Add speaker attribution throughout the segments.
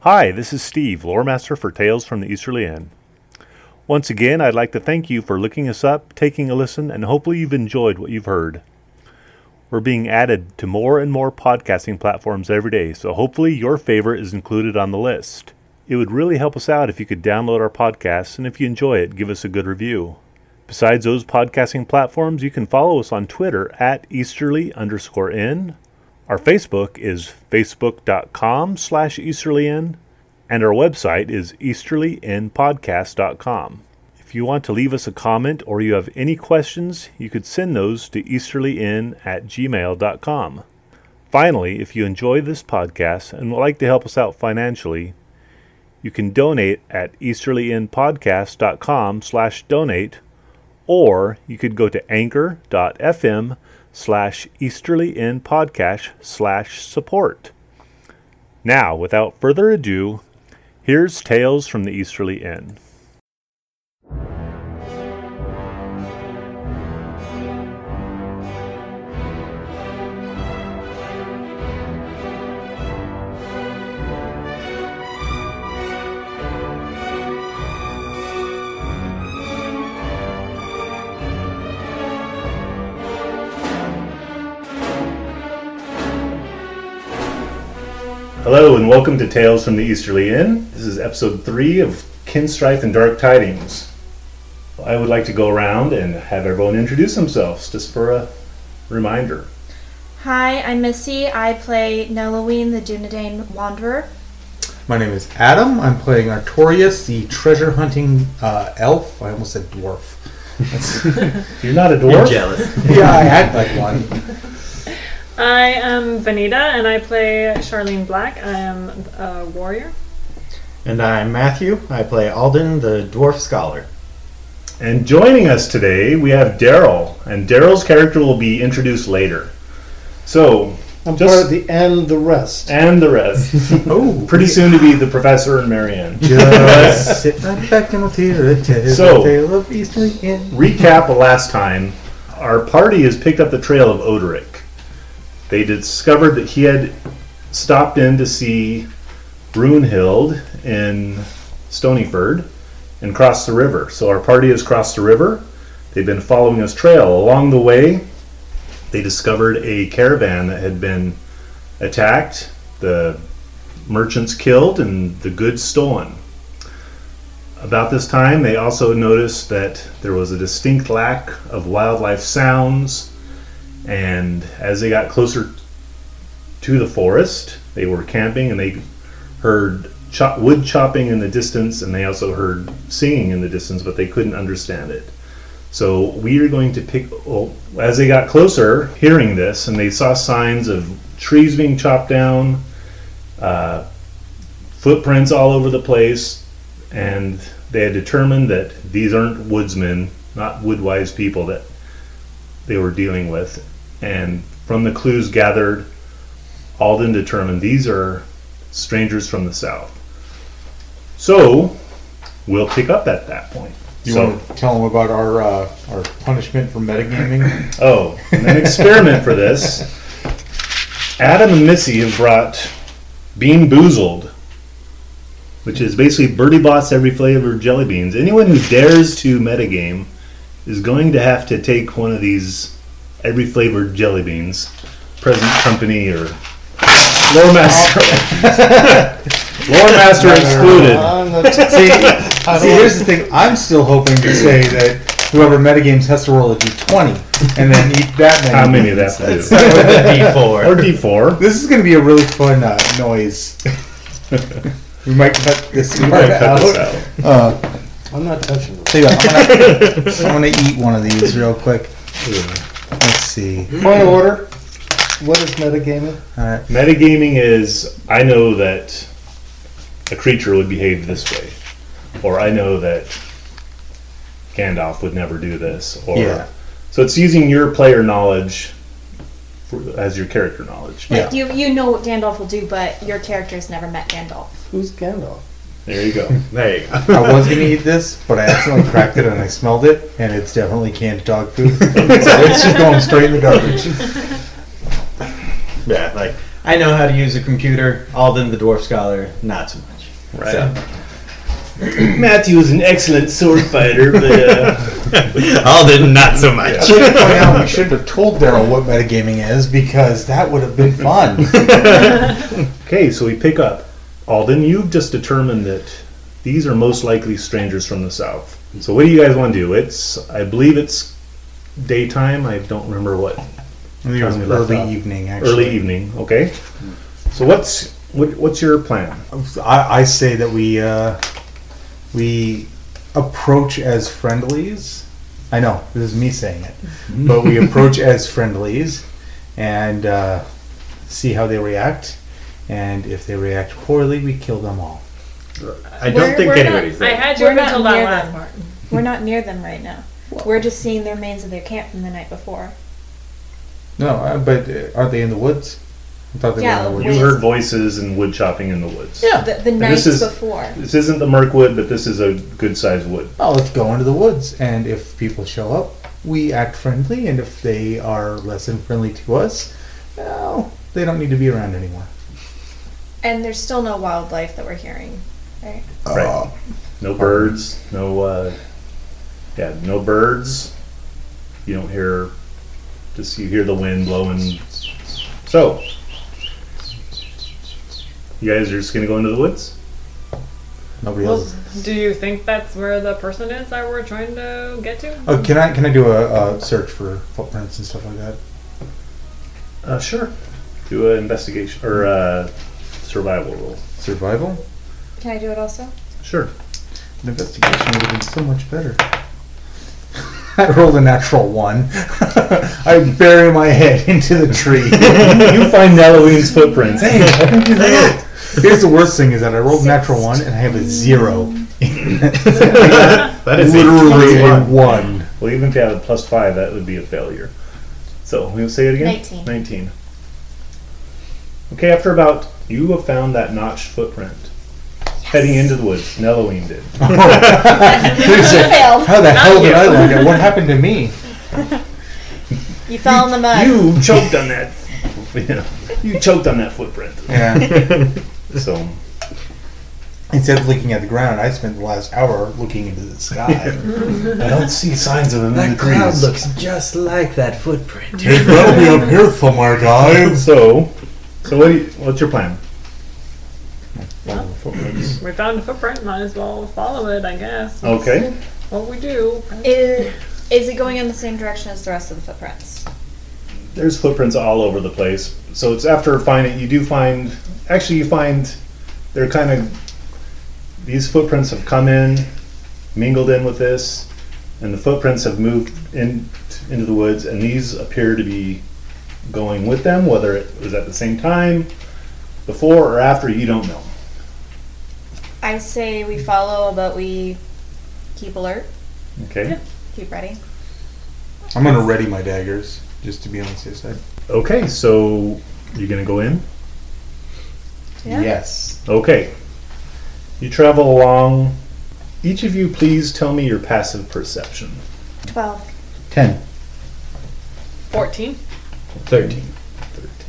Speaker 1: Hi, this is Steve, lore master for Tales from the Easterly Inn. Once again, I'd like to thank you for looking us up, taking a listen, and hopefully you've enjoyed what you've heard. We're being added to more and more podcasting platforms every day, so hopefully your favorite is included on the list. It would really help us out if you could download our podcasts, and if you enjoy it, give us a good review. Besides those podcasting platforms, you can follow us on Twitter at easterly underscore in. Our Facebook is facebook.com slash easterlyin, and our website is easterlyinpodcast.com. If you want to leave us a comment or you have any questions, you could send those to easterlyin at gmail.com. Finally, if you enjoy this podcast and would like to help us out financially, you can donate at easterlyinpodcast.com slash donate or you could go to anchor.fm slash easterly in podcast slash support now without further ado here's tales from the easterly inn Hello and welcome to Tales from the Easterly Inn. This is episode three of Kinstrife and Dark Tidings. I would like to go around and have everyone introduce themselves just for a reminder.
Speaker 2: Hi, I'm Missy. I play Neloween, the Dunedain Wanderer.
Speaker 3: My name is Adam. I'm playing Artorias, the treasure hunting uh, elf. I almost said dwarf.
Speaker 1: You're not a dwarf.
Speaker 4: jealous.
Speaker 3: yeah, I act like one.
Speaker 5: I am Vanita and I play Charlene Black. I am a warrior.
Speaker 4: And I'm Matthew. I play Alden, the dwarf scholar.
Speaker 1: And joining us today, we have Daryl, and Daryl's character will be introduced later. So,
Speaker 6: I'm
Speaker 1: Just-
Speaker 6: part of the and the rest.
Speaker 1: and the rest.
Speaker 3: Oh,
Speaker 1: Pretty soon to be the professor and Marianne.
Speaker 3: Just sit right back and we'll hear the tale,
Speaker 1: So-
Speaker 3: the tale of Easterly Inn.
Speaker 1: recap of last time, our party has picked up the trail of Odoric. They discovered that he had stopped in to see Brunhild in Stonyford and crossed the river. So our party has crossed the river. They've been following his trail. Along the way, they discovered a caravan that had been attacked, the merchants killed, and the goods stolen. About this time, they also noticed that there was a distinct lack of wildlife sounds, and as they got closer to the forest, they were camping and they heard chop- wood chopping in the distance, and they also heard singing in the distance, but they couldn't understand it. So we are going to pick. Well, as they got closer, hearing this, and they saw signs of trees being chopped down, uh, footprints all over the place, and they had determined that these aren't woodsmen, not woodwise people that they were dealing with. And from the clues gathered, Alden determined these are strangers from the south. So we'll pick up at that point.
Speaker 3: You
Speaker 1: so,
Speaker 3: want to tell them about our uh, our punishment for metagaming?
Speaker 1: Oh, and an experiment for this. Adam and Missy have brought Bean Boozled, which is basically Birdie Bots every flavor of jelly beans. Anyone who dares to metagame is going to have to take one of these every flavored jelly beans, present company or lore master, lore master excluded.
Speaker 6: I'm not- I
Speaker 3: see,
Speaker 6: don't
Speaker 3: see, here's the thing. I'm still hoping to say that whoever metagames has to roll a d20 and then eat that many.
Speaker 1: How many of that will do? Or
Speaker 4: D4.
Speaker 1: D4.
Speaker 3: This is going to be a really fun uh, noise. we might cut this
Speaker 1: You
Speaker 3: part
Speaker 1: might cut
Speaker 3: out.
Speaker 1: this out.
Speaker 3: Uh,
Speaker 6: I'm not touching them.
Speaker 3: tell you what, I'm gonna, I'm gonna eat one of these real quick. Let's see.
Speaker 6: Point of order. What is metagaming?
Speaker 1: Metagaming is I know that a creature would behave this way, or I know that Gandalf would never do this, or
Speaker 3: Yeah.
Speaker 1: so it's using your player knowledge for, as your character knowledge.
Speaker 2: Like you, you know what Gandalf will do, but your character's never met Gandalf.
Speaker 6: Who's Gandalf?
Speaker 1: There you go.
Speaker 4: There you go.
Speaker 3: I was gonna eat this, but I accidentally cracked it and I smelled it, and it's definitely canned dog food. so it's just going straight in the garbage.
Speaker 4: Yeah, like I know how to use a computer. Alden, the dwarf scholar, not so much.
Speaker 1: Right.
Speaker 4: So,
Speaker 7: Matthew is an excellent sword fighter, but uh,
Speaker 8: Alden, not so much.
Speaker 3: Should point out we shouldn't have told Daryl what metagaming is because that would have been fun.
Speaker 1: Okay, so we pick up. Alden, you've just determined that these are most likely strangers from the south. So what do you guys want to do? It's, I believe it's daytime. I don't remember what.
Speaker 3: I think it was
Speaker 1: Time we left
Speaker 3: early
Speaker 1: off.
Speaker 3: evening, actually.
Speaker 1: Early evening. Okay. So what's what, what's your plan?
Speaker 3: I, I say that we uh, we approach as friendlies. I know this is me saying it, but we approach as friendlies and uh, see how they react. And if they react poorly, we kill them all.
Speaker 8: I don't
Speaker 2: We're-
Speaker 8: think
Speaker 2: we're not-
Speaker 8: anybody's
Speaker 5: I
Speaker 8: there.
Speaker 5: had you
Speaker 2: We're
Speaker 5: up
Speaker 2: not
Speaker 5: until that
Speaker 2: near
Speaker 5: last
Speaker 2: them.
Speaker 5: part.
Speaker 2: We're not near them right now. We're just seeing the remains of their camp from the night before.
Speaker 3: No, uh, but uh, are they in the woods? I thought they
Speaker 2: Yeah,
Speaker 3: were in the
Speaker 1: You
Speaker 3: woods.
Speaker 2: we-
Speaker 1: heard voices and wood chopping in the woods.
Speaker 2: The, the night
Speaker 1: this is-
Speaker 2: before.
Speaker 1: This isn't the Merc wood, but this is a good sized wood.
Speaker 3: Oh, let's go into the woods, and if people show up, we act friendly, and if they are less than friendly to us, well, they don't need to be around anymore.
Speaker 2: And there's still no wildlife that we're hearing.
Speaker 1: Right. No birds. No. Uh, yeah. No birds. You don't hear. Just you hear the wind blowing. So, you guys are just gonna go into the woods.
Speaker 3: Nobody else.
Speaker 5: Well,
Speaker 3: is-
Speaker 5: do you think that's where the person is that we're trying to get to?
Speaker 3: Oh, can I can I do a, a search for footprints and stuff like that?
Speaker 1: Uh, sure. Do an investigation or uh, survival roll.
Speaker 3: Survival?
Speaker 2: Can I do it also?
Speaker 1: Sure.
Speaker 3: An investigation would have been so much better. I rolled a natural one. I bury my head into the tree.
Speaker 1: you find Halloween's footprints.
Speaker 3: Dang, I didn't do that. Here's the worst thing is that I rolled a natural one and I have a zero.
Speaker 8: That is a
Speaker 3: literally a
Speaker 8: 21.
Speaker 3: one.
Speaker 1: Well, even if you had a plus five, that would be a failure. So, we say it again?
Speaker 2: 19.
Speaker 1: 19. Okay, after about, you have found that notched footprint. Heading into the woods. Nelloine did.
Speaker 3: Wait a second.
Speaker 2: failed.
Speaker 3: How the hell did I learn that? What happened to me?
Speaker 2: You fell in the mud.
Speaker 1: You choked on that. Yeah, you choked on that footprint.
Speaker 3: Yeah.
Speaker 1: So,
Speaker 3: Instead of looking at the ground, I spent the last hour looking into the sky.
Speaker 1: I don't see signs of him in the trees.
Speaker 8: looks just like that footprint.
Speaker 3: It's gotta be up here somewhere, guys.
Speaker 1: So, so what do you, what's your plan?
Speaker 5: We found a footprint, might as well follow it, I guess.
Speaker 1: Okay.
Speaker 5: What we do.
Speaker 2: Is, is it going in the same direction as the rest of the footprints?
Speaker 1: there's footprints all over the place. So it's after finding you do find actually you find they're kind of these footprints have come in, mingled in with this, and the footprints have moved in into the woods, and these appear to be going with them, whether it was at the same time, before or after, you don't know.
Speaker 2: I say we follow, but we keep alert,
Speaker 1: Okay.
Speaker 2: keep ready.
Speaker 3: I'm gonna ready my daggers, just to be on the safe side.
Speaker 1: Okay, so you're gonna go in?
Speaker 2: Yeah.
Speaker 3: Yes.
Speaker 1: Okay. You travel along. Each of you please tell me your passive perception.
Speaker 2: 12.
Speaker 3: Ten.
Speaker 5: 14?
Speaker 8: 13.
Speaker 1: 13.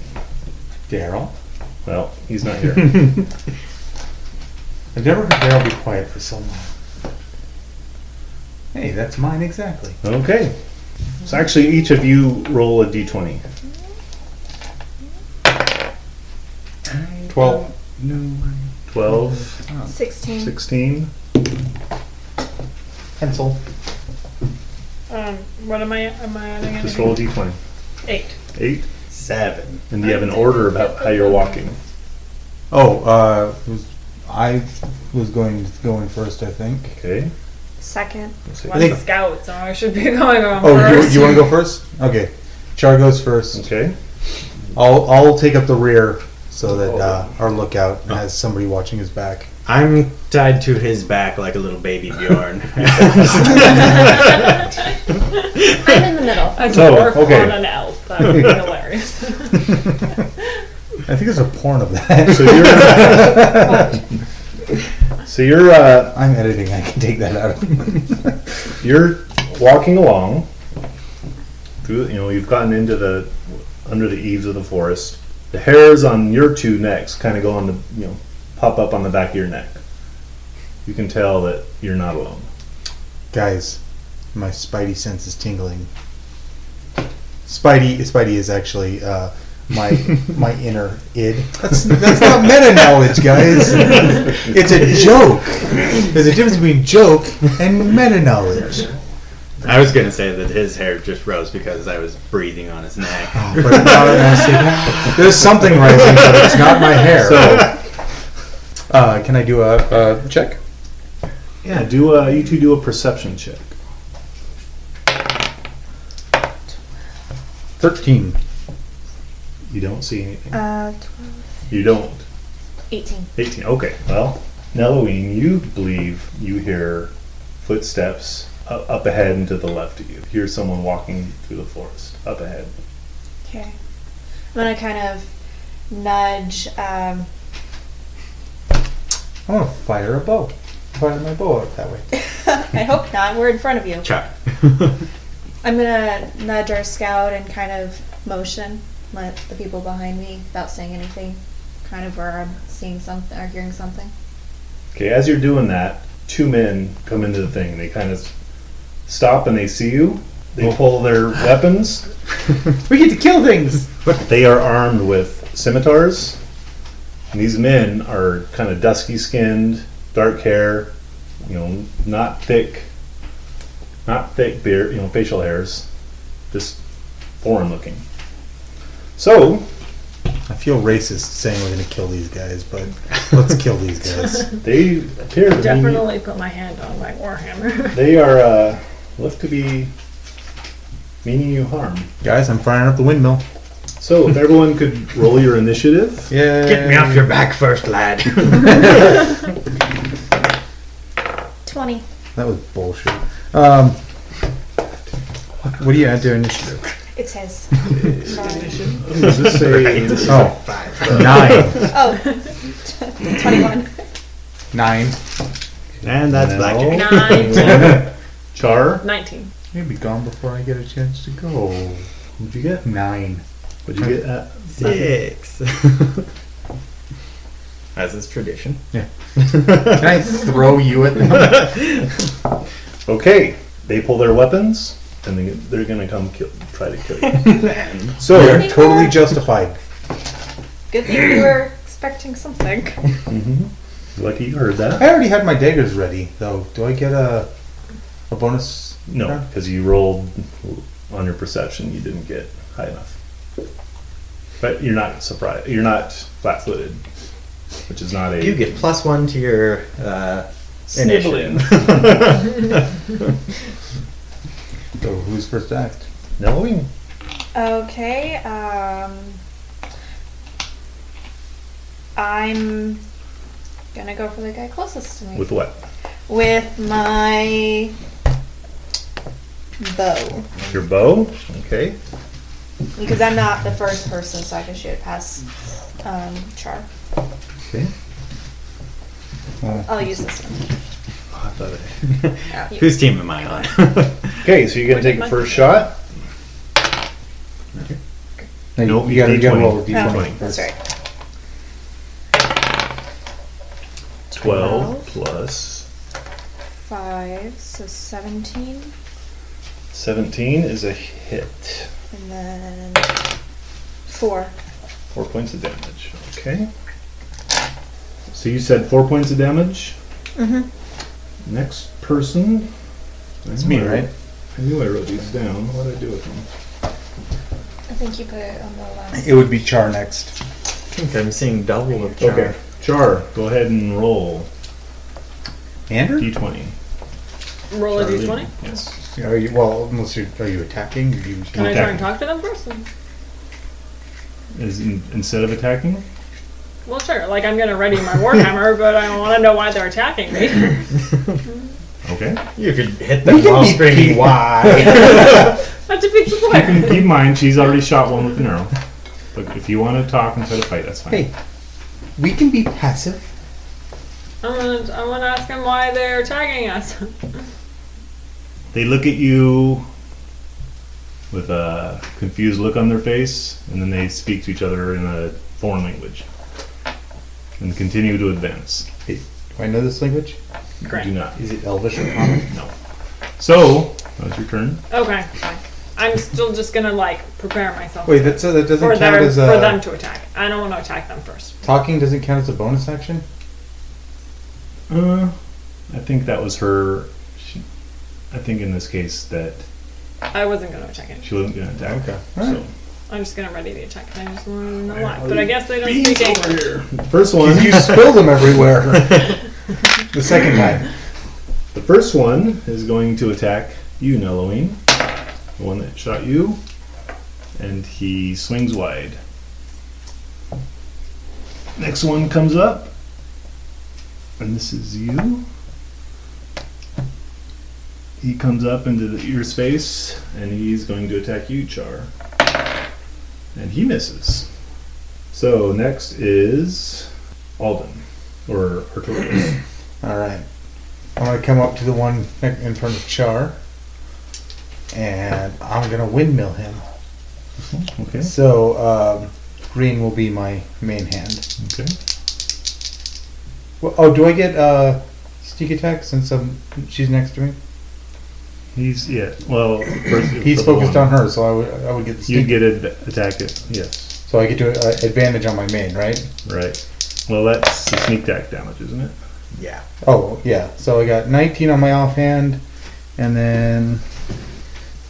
Speaker 3: Daryl.
Speaker 1: Well, he's not here.
Speaker 3: I've never heard Daryl be quiet for so long. Hey, that's mine exactly.
Speaker 1: okay. So actually, each of you roll a d20.
Speaker 3: Twelve.
Speaker 1: 12,
Speaker 2: 16.
Speaker 1: 16.
Speaker 3: Pencil.
Speaker 5: Um, what am I, am I adding
Speaker 1: Just
Speaker 5: anything?
Speaker 1: roll a d20.
Speaker 5: Eight.
Speaker 1: 8.
Speaker 8: Seven.
Speaker 1: And you have an order about how you're walking.
Speaker 3: Oh, uh, was, I was going going first, I think.
Speaker 1: Okay.
Speaker 2: Second.
Speaker 5: One
Speaker 3: think-
Speaker 5: scout, so I should be going on
Speaker 3: Oh, you,
Speaker 5: first.
Speaker 3: you want to go first? Okay. Char goes first.
Speaker 1: Okay.
Speaker 3: I'll I'll take up the rear so that uh, our lookout has somebody watching his back.
Speaker 4: I'm tied to his back like a little baby Bjorn.
Speaker 2: I'm in the middle.
Speaker 5: a
Speaker 1: So,
Speaker 5: dwarf
Speaker 1: okay.
Speaker 5: on an elf. That would be hilarious.
Speaker 3: I think there's a porn of that.
Speaker 1: So you're. uh, so you're, uh,
Speaker 3: I'm editing. I can take that out.
Speaker 1: you're walking along. Through, you know, you've gotten into the under the eaves of the forest. The hairs on your two necks kind of go on the, you know, pop up on the back of your neck. You can tell that you're not alone.
Speaker 3: Guys, my spidey sense is tingling. Spidey, Spidey is actually uh, my my inner id. That's, that's not meta knowledge, guys. It's a joke. There's a difference between joke and meta knowledge.
Speaker 8: I was gonna say that his hair just rose because I was breathing on his neck.
Speaker 3: Oh, but now that I say that, there's something rising, but it's not my hair.
Speaker 1: So,
Speaker 3: uh, can I do a, a check?
Speaker 1: yeah, do a, you two do a perception check.
Speaker 3: Thirteen.
Speaker 1: You don't see anything.
Speaker 2: Uh, tw-
Speaker 1: Oh. You don't.
Speaker 2: 18.
Speaker 1: 18. Okay. Well, Nelloween, you believe you hear footsteps u- up ahead and to the left of you. You Hear someone walking through the forest up ahead.
Speaker 2: Okay. I'm gonna kind of nudge. Um,
Speaker 3: I want to fire a bow. Fire my bow out that way.
Speaker 2: I hope not. We're in front of you.
Speaker 8: Chuck.
Speaker 2: I'm gonna nudge our scout and kind of motion, let the people behind me, without saying anything, kind of where I'm seeing something or hearing something.
Speaker 1: Okay. As you're doing that, two men come into the thing. They kind of stop and they see you. They pull their weapons.
Speaker 6: We get to kill things.
Speaker 1: They are armed with scimitars. And these men are kind of dusky skinned, dark hair, you know, not thick, not thick beard, you know, facial hairs, just foreign looking. So
Speaker 3: I feel racist saying we're gonna kill these guys, but let's kill these guys.
Speaker 1: they appear to be,
Speaker 5: Definitely put my hand on my warhammer.
Speaker 1: they are uh, look to be meaning you harm.
Speaker 3: guys, I'm firing up the windmill.
Speaker 1: So if everyone could roll your initiative,
Speaker 3: Yeah.
Speaker 8: Get me off your back first, lad.
Speaker 2: 20.
Speaker 3: That was bullshit. Um, what do you add to initiative?
Speaker 2: It's his.
Speaker 1: does this say
Speaker 3: Oh, nine.
Speaker 2: oh, 21.
Speaker 3: Nine.
Speaker 4: And that's blackjack.
Speaker 5: Nine,
Speaker 1: Char?
Speaker 5: nineteen.
Speaker 3: You'll be gone before I get a chance to go.
Speaker 1: What'd you get?
Speaker 3: Nine.
Speaker 1: What'd you get? Uh,
Speaker 8: Six. As is tradition.
Speaker 3: Can I throw you at them?
Speaker 1: Okay, they pull their weapons and they, they're gonna come kill, try to kill you.
Speaker 3: They're
Speaker 1: so,
Speaker 3: totally justified.
Speaker 2: Good thing you were expecting something.
Speaker 1: lucky you heard that.
Speaker 3: I already had my daggers ready, though. Do I get a a bonus?
Speaker 1: No, because you rolled on your perception, you didn't get high enough. But you're not surprised. You're not flat footed, which is not a.
Speaker 8: You get plus one to your uh,
Speaker 7: Sniveling.
Speaker 8: initiative.
Speaker 3: So who's first act?
Speaker 1: Knowing?
Speaker 2: Okay, um. I'm gonna go for the guy closest to me.
Speaker 1: With what?
Speaker 2: with my bow.
Speaker 1: Your bow? Okay.
Speaker 2: Because I'm not the first person, so I can shoot past um, Char.
Speaker 1: Okay.
Speaker 2: I'll use this one.
Speaker 8: Oh,
Speaker 2: Yeah.
Speaker 8: Whose team am I on?
Speaker 1: Okay, so you're going to take the first shot.
Speaker 3: No,
Speaker 1: Nope,
Speaker 3: you gotta, you gotta
Speaker 1: D20.
Speaker 3: roll a d20
Speaker 2: Oh,
Speaker 3: first.
Speaker 2: that's right.
Speaker 1: 12
Speaker 2: Twelve.
Speaker 1: plus
Speaker 2: Five, so 17,
Speaker 1: 17 is a hit.
Speaker 2: and then four.
Speaker 1: Four points of damage. Okay. So you said four points of damage?
Speaker 2: Mhm.
Speaker 1: Next person.
Speaker 3: It's me, right?
Speaker 1: I knew I wrote these down. What did I do with them?
Speaker 2: I think you put it on the last.
Speaker 3: It would be Char next.
Speaker 8: I think I'm seeing double of Char.
Speaker 1: Okay. Char, go ahead and roll
Speaker 3: Andrew?
Speaker 1: d20.
Speaker 5: Roll a d20.
Speaker 1: Yes.
Speaker 3: Are you, well, unless you're, are you attacking? Are you
Speaker 5: Can I try and
Speaker 3: attacking?
Speaker 5: talk to them first?
Speaker 1: Is in, instead of attacking?
Speaker 5: Well, sure. Like I'm gonna ready my warhammer, but I want to know why they're attacking me.
Speaker 1: Okay.
Speaker 8: You could hit them while screaming
Speaker 3: why.
Speaker 5: That's a big
Speaker 1: You
Speaker 5: point.
Speaker 1: can keep mine. She's already shot one with an arrow. But if you want to talk instead of fight, that's fine.
Speaker 3: Hey. we can be passive.
Speaker 5: I want to. I want to ask them why they're attacking us.
Speaker 1: They look at you with a confused look on their face, and then they speak to each other in a foreign language and continue to advance.
Speaker 3: Do I know this language?
Speaker 1: You do
Speaker 5: Great.
Speaker 1: not.
Speaker 3: Is it Elvish or Common?
Speaker 1: So, that's your turn.
Speaker 5: Okay. fine. I'm still just gonna like prepare myself
Speaker 3: Wait, that's, uh, that doesn't
Speaker 5: for,
Speaker 3: count
Speaker 5: their,
Speaker 3: as a
Speaker 5: for them to attack. I don't want to attack them first.
Speaker 3: talking. Doesn't count as a bonus action.
Speaker 1: Uh, I think that was her. She, I think in this case that
Speaker 5: I wasn't gonna attack it.
Speaker 1: she wasn't going to attack.
Speaker 3: Okay.
Speaker 1: So,
Speaker 5: I'm just gonna ready the attack. and I just want to know why. But I guess they don't speak English.
Speaker 1: first one.
Speaker 3: You spill them everywhere. the second time.
Speaker 1: The first one is going to attack you, Nelloine. The one that shot you. And he swings wide. Next one comes up. And this is you. He comes up into the, your space and he's going to attack you, Char. And he misses. So next is Alden. Or Artorias.
Speaker 3: All right. I'm gonna come up to the one ne- in front of Char, and I'm gonna windmill him.
Speaker 1: okay.
Speaker 3: So um, green will be my main hand.
Speaker 1: Okay.
Speaker 3: Well, oh, do I get uh, sneak attack since um, she's next to me?
Speaker 1: He's yeah. Well, first,
Speaker 3: He's focused on her, so I would I would get the
Speaker 1: You
Speaker 3: sneak.
Speaker 1: get it, attack it. Yes,
Speaker 3: so I get to uh, advantage on my main, right?
Speaker 1: right. Well, that's the sneak attack damage, isn't it?
Speaker 4: Yeah.
Speaker 3: Oh yeah. So I got 19 on my offhand, and then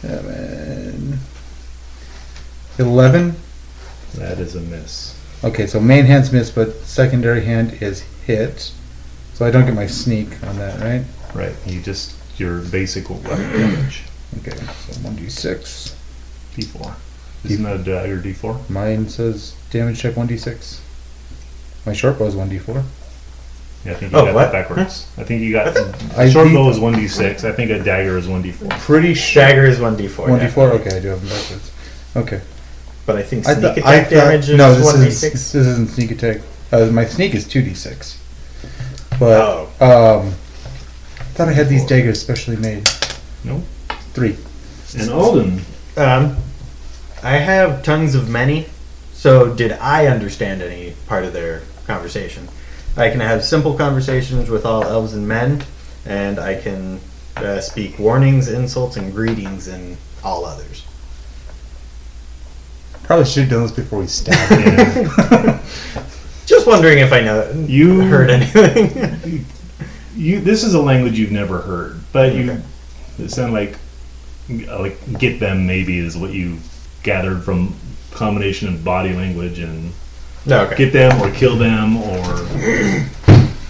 Speaker 3: seven, 11.
Speaker 1: That is a miss.
Speaker 3: Okay, so main hand's missed, but secondary hand is hit. So I don't get my sneak on that, right?
Speaker 1: Right. You just your basic weapon damage.
Speaker 3: Okay, so 1d6.
Speaker 1: D4. Isn't that a dagger D4?
Speaker 3: Mine says damage check 1d6. My short bow is 1d4.
Speaker 1: Yeah, I think you
Speaker 4: Oh,
Speaker 1: got that
Speaker 4: what?
Speaker 1: backwards. I think you got
Speaker 3: I
Speaker 1: short
Speaker 3: beat-
Speaker 1: bow is 1d6. I think a dagger is 1d4.
Speaker 3: Pretty sh-
Speaker 4: Dagger is 1d4.
Speaker 3: 1d4?
Speaker 4: Oh, yeah.
Speaker 3: Okay, I do have them backwards. Okay.
Speaker 4: But I think
Speaker 3: I
Speaker 4: sneak
Speaker 3: thought-
Speaker 4: attack
Speaker 3: I thought-
Speaker 4: damage is
Speaker 3: no, this
Speaker 4: 1d6.
Speaker 3: Isn't, this isn't sneak attack. Uh, my sneak is 2d6. But,
Speaker 4: Oh.
Speaker 3: um, I thought I had these daggers specially made.
Speaker 1: Nope.
Speaker 3: Three.
Speaker 1: And Alden,
Speaker 4: Um, I have tongues of many, so did I understand any part of their conversation? I can have simple conversations with all elves and men, and I can uh, speak warnings, insults, and greetings in all others.
Speaker 3: Probably should have done this before we stabbed.
Speaker 1: yeah,
Speaker 4: Just wondering if I know
Speaker 1: You-
Speaker 4: heard anything.
Speaker 1: you this is a language you've never heard, but you
Speaker 4: Okay.
Speaker 1: it sound like uh, like get them maybe is what you gathered from combination of body language and
Speaker 4: no, okay.
Speaker 1: get them or kill them or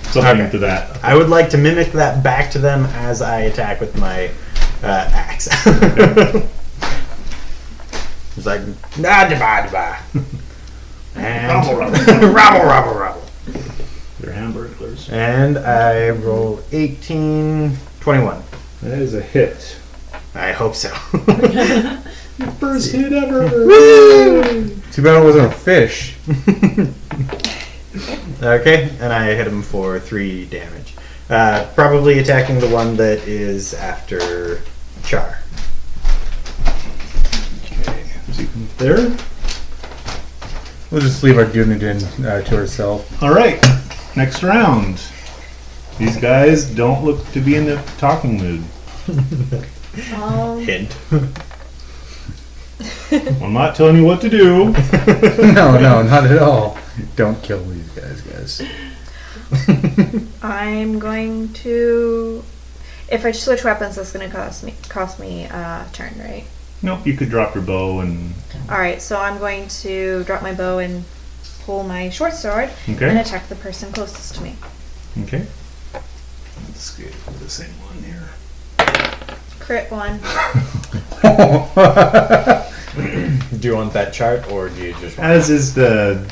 Speaker 1: something
Speaker 4: Okay.
Speaker 1: to that.
Speaker 4: I would like to mimic that back to them as I attack with my uh, axe. it's like da da ba da ba. And rabble rabble rabble.
Speaker 1: They're hamburglers.
Speaker 4: And I roll 18, 21.
Speaker 1: That is a hit.
Speaker 4: I hope so.
Speaker 1: First hit ever.
Speaker 3: Too bad it wasn't a fish.
Speaker 4: okay, and I hit him for three damage. Uh, probably attacking the one that is after Char.
Speaker 1: there.
Speaker 3: We'll just leave our unit in uh, to ourselves.
Speaker 1: All right. Next round. These guys don't look to be in the talking mood.
Speaker 2: Um,
Speaker 4: Hint.
Speaker 1: I'm not telling you what to do.
Speaker 3: no, no, not at all. Don't kill these guys, guys.
Speaker 2: I'm going to. If I switch weapons, that's going to cost me cost me uh, a turn, right?
Speaker 1: Nope. You could drop your bow and
Speaker 2: All right, so I'm going to drop my bow and pull my short sword and
Speaker 1: okay.
Speaker 2: attack the person closest to me.
Speaker 1: Okay. Let's get the same one here.
Speaker 2: Crit one.
Speaker 4: Do you want that chart or do you just want
Speaker 1: As is the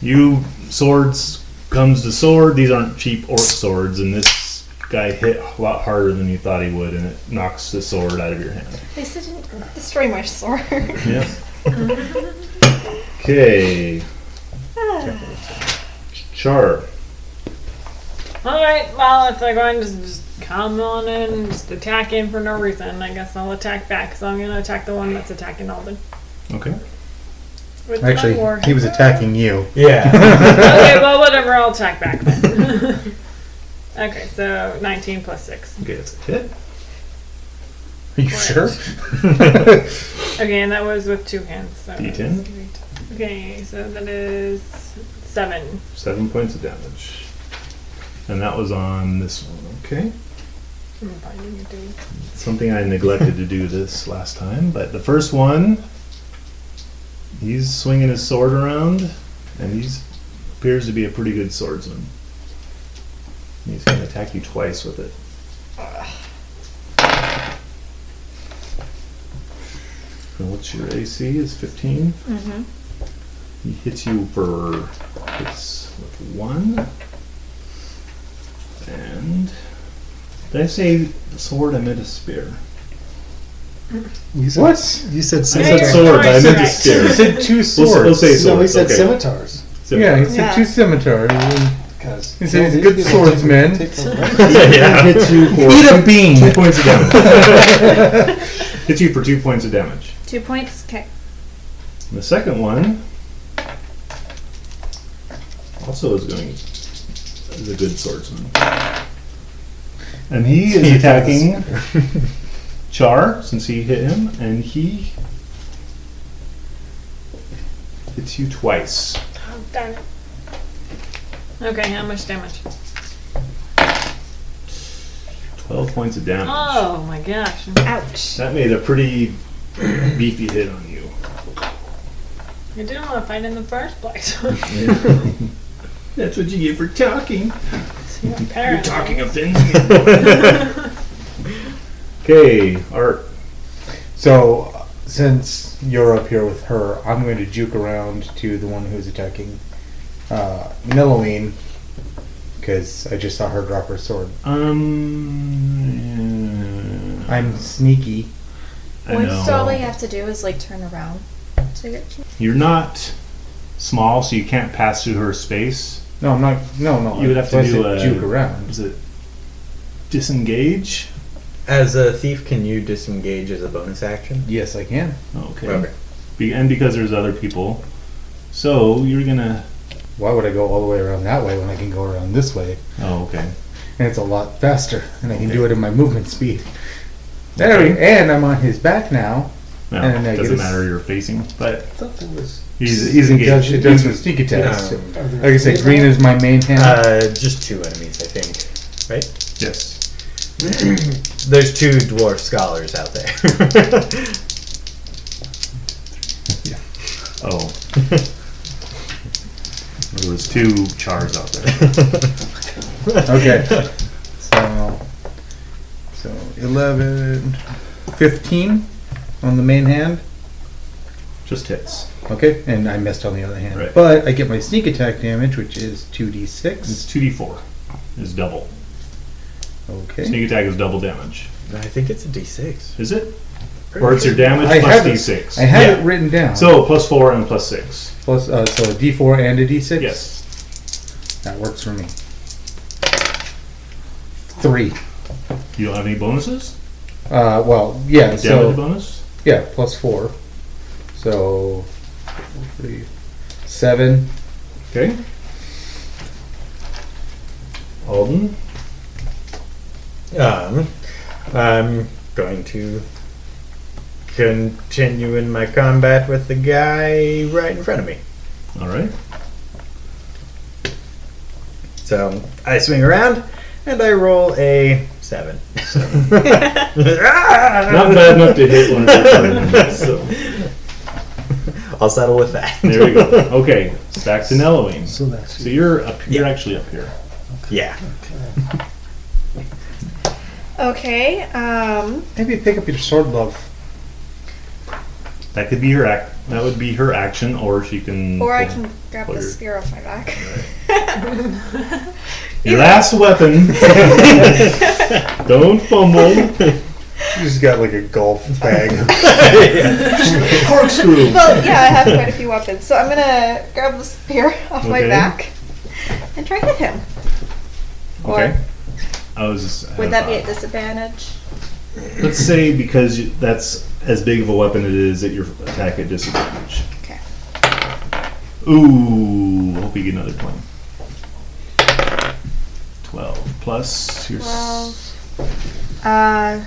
Speaker 1: you swords comes to sword. These aren't cheap orc swords, and this guy hit a lot harder than you thought he would, and it knocks the sword out of your hand.
Speaker 2: They said didn't destroy my sword.
Speaker 1: Yeah. okay. Char.
Speaker 5: All right. Well, if they're going to just come on in, just attack in for no reason. I guess I'll attack back, so I'm gonna attack the one that's attacking Alden.
Speaker 1: Okay.
Speaker 5: With my
Speaker 3: Actually,
Speaker 5: warhead.
Speaker 3: he was attacking you.
Speaker 4: Yeah.
Speaker 5: okay, well, whatever. I'll attack back then. okay, so 19 plus 6.
Speaker 1: Okay, it's a hit.
Speaker 3: Are you sure?
Speaker 5: Okay, and that was with two hands. So
Speaker 1: D10?
Speaker 5: Okay, so that is 7.
Speaker 1: Seven points of damage. And that was on this one. Okay.
Speaker 5: I'm finding it, dude.
Speaker 1: Something I neglected to do this last time, but the first one, he's swinging his sword around, and he's appears to be a pretty good swordsman. And He's going to attack you twice with it. And what's your AC? Is 15?
Speaker 2: Mm-hmm.
Speaker 1: He hits you for hits with one. And did I say the sword? I meant a spear.
Speaker 3: You said, what? You
Speaker 1: I
Speaker 3: said
Speaker 1: said
Speaker 5: Yeah, you're
Speaker 3: scimitar.
Speaker 1: sword, but I meant a
Speaker 5: correct.
Speaker 1: spear.
Speaker 3: You said two swords.
Speaker 1: We'll say
Speaker 7: No, we
Speaker 1: swords,
Speaker 7: said
Speaker 1: okay.
Speaker 7: scimitars.
Speaker 3: yeah, he
Speaker 1: Simitar.
Speaker 3: said
Speaker 2: Yeah.
Speaker 3: two scimitars. and
Speaker 7: Because
Speaker 3: He said he's a good swordsman.
Speaker 7: Take the
Speaker 1: yeah. hits you
Speaker 3: Eat
Speaker 1: for
Speaker 3: a
Speaker 1: two
Speaker 3: bean.
Speaker 1: points of damage. hits you for two points of damage.
Speaker 2: Two points. Okay.
Speaker 1: And the second one also is going is a good swordsman. And he is attacking Char since he hit him, and he hits you twice.
Speaker 5: Oh, darn it. Okay, how much damage?
Speaker 1: Twelve points of damage.
Speaker 5: Oh my gosh.
Speaker 2: Ouch.
Speaker 1: That made a pretty beefy hit on you.
Speaker 5: You didn't want to fight in the first place.
Speaker 1: That's what you get for talking.
Speaker 5: Apparently.
Speaker 1: offends me. okay, Art.
Speaker 3: So, since you're up here with her, I'm going to juke around to the one who's attacking uh, Meloine because I just saw her drop her sword.
Speaker 1: Um,
Speaker 3: I'm sneaky.
Speaker 1: I know.
Speaker 2: Once all you have to do is like turn around to get you.
Speaker 1: You're not small, so you can't pass through her space.
Speaker 3: No, I'm not. No, no.
Speaker 1: You would have to
Speaker 3: I
Speaker 1: do
Speaker 3: said
Speaker 1: a-
Speaker 3: juke around.
Speaker 1: Is it disengage?
Speaker 4: As a thief, can you disengage as a bonus action?
Speaker 3: Yes, I can.
Speaker 1: Okay. Be- and because there's other people, so you're gonna.
Speaker 3: Why would I go all the way around that way when I can go around this way?
Speaker 1: Oh, okay.
Speaker 3: And it's a lot faster, and I can do it in my movement speed. There we And I'm on his back now.
Speaker 1: No,
Speaker 3: And I
Speaker 1: it doesn't
Speaker 3: guess-
Speaker 1: matter. You're facing, but
Speaker 7: something was.
Speaker 1: he's, he's
Speaker 3: It does,
Speaker 1: engaged.
Speaker 3: it does some sneak attacks.
Speaker 4: Um,
Speaker 3: Like I said, green is my main hand.
Speaker 4: Uh, just two enemies, I think.
Speaker 1: Yes.
Speaker 4: There's two dwarf scholars out there.
Speaker 1: Oh. there was two chars out there.
Speaker 3: Okay. So, so 11, 15 on the main hand.
Speaker 1: Just hits.
Speaker 3: Okay, and I missed on the other hand.
Speaker 1: Right.
Speaker 3: But I get my sneak attack damage, which is 2d6.
Speaker 1: It's two d four. Is double.
Speaker 3: Okay.
Speaker 1: Mm-hmm. Sneak attack is double damage.
Speaker 4: I think it's a D6.
Speaker 1: Is it? Or it's your damage
Speaker 3: I
Speaker 1: plus
Speaker 3: have it.
Speaker 1: d6.
Speaker 3: I had
Speaker 1: Yeah.
Speaker 3: it written down.
Speaker 1: So plus four and plus six.
Speaker 3: Plus, uh, so a d4 and a d6?
Speaker 1: Yes.
Speaker 3: That works for me. Three.
Speaker 1: You don't have any bonuses?
Speaker 3: Uh, well, yeah,
Speaker 1: Damage
Speaker 3: so,
Speaker 1: bonus?
Speaker 3: yeah, plus four. So, three, seven.
Speaker 1: Okay. Alden?
Speaker 4: Um, I'm going to continue in my combat with the guy right in front of me.
Speaker 1: Alright.
Speaker 4: So I swing around and I roll a seven.
Speaker 1: Not bad enough to hit one of your opponents, so.
Speaker 4: I'll settle with that.
Speaker 1: There we go. Okay. Back to Nelloing.
Speaker 7: So that's
Speaker 1: So you're up you're actually up here.
Speaker 4: yeah.
Speaker 2: Okay. Um.
Speaker 3: Maybe pick up your sword, love.
Speaker 1: That could be her act that would be her action or she can
Speaker 2: Or I can grab the
Speaker 1: Or-
Speaker 2: spear off my back.
Speaker 1: Your last weapon. Don't fumble.
Speaker 3: You just got like a golf bag.
Speaker 1: Corkscrew.
Speaker 2: well, yeah, I have quite a few weapons, so I'm gonna grab the spear off my
Speaker 1: Okay.
Speaker 2: back and try to hit him. Or
Speaker 1: Okay. I was just. I
Speaker 2: Would
Speaker 1: had
Speaker 2: that
Speaker 1: a
Speaker 2: be at
Speaker 1: thought.
Speaker 2: disadvantage?
Speaker 1: Let's say because you, that's as big of a weapon it is that your attack at disadvantage.
Speaker 2: Okay.
Speaker 1: Ooh, hope you get another twenty. Twelve plus your. s-
Speaker 2: Uh,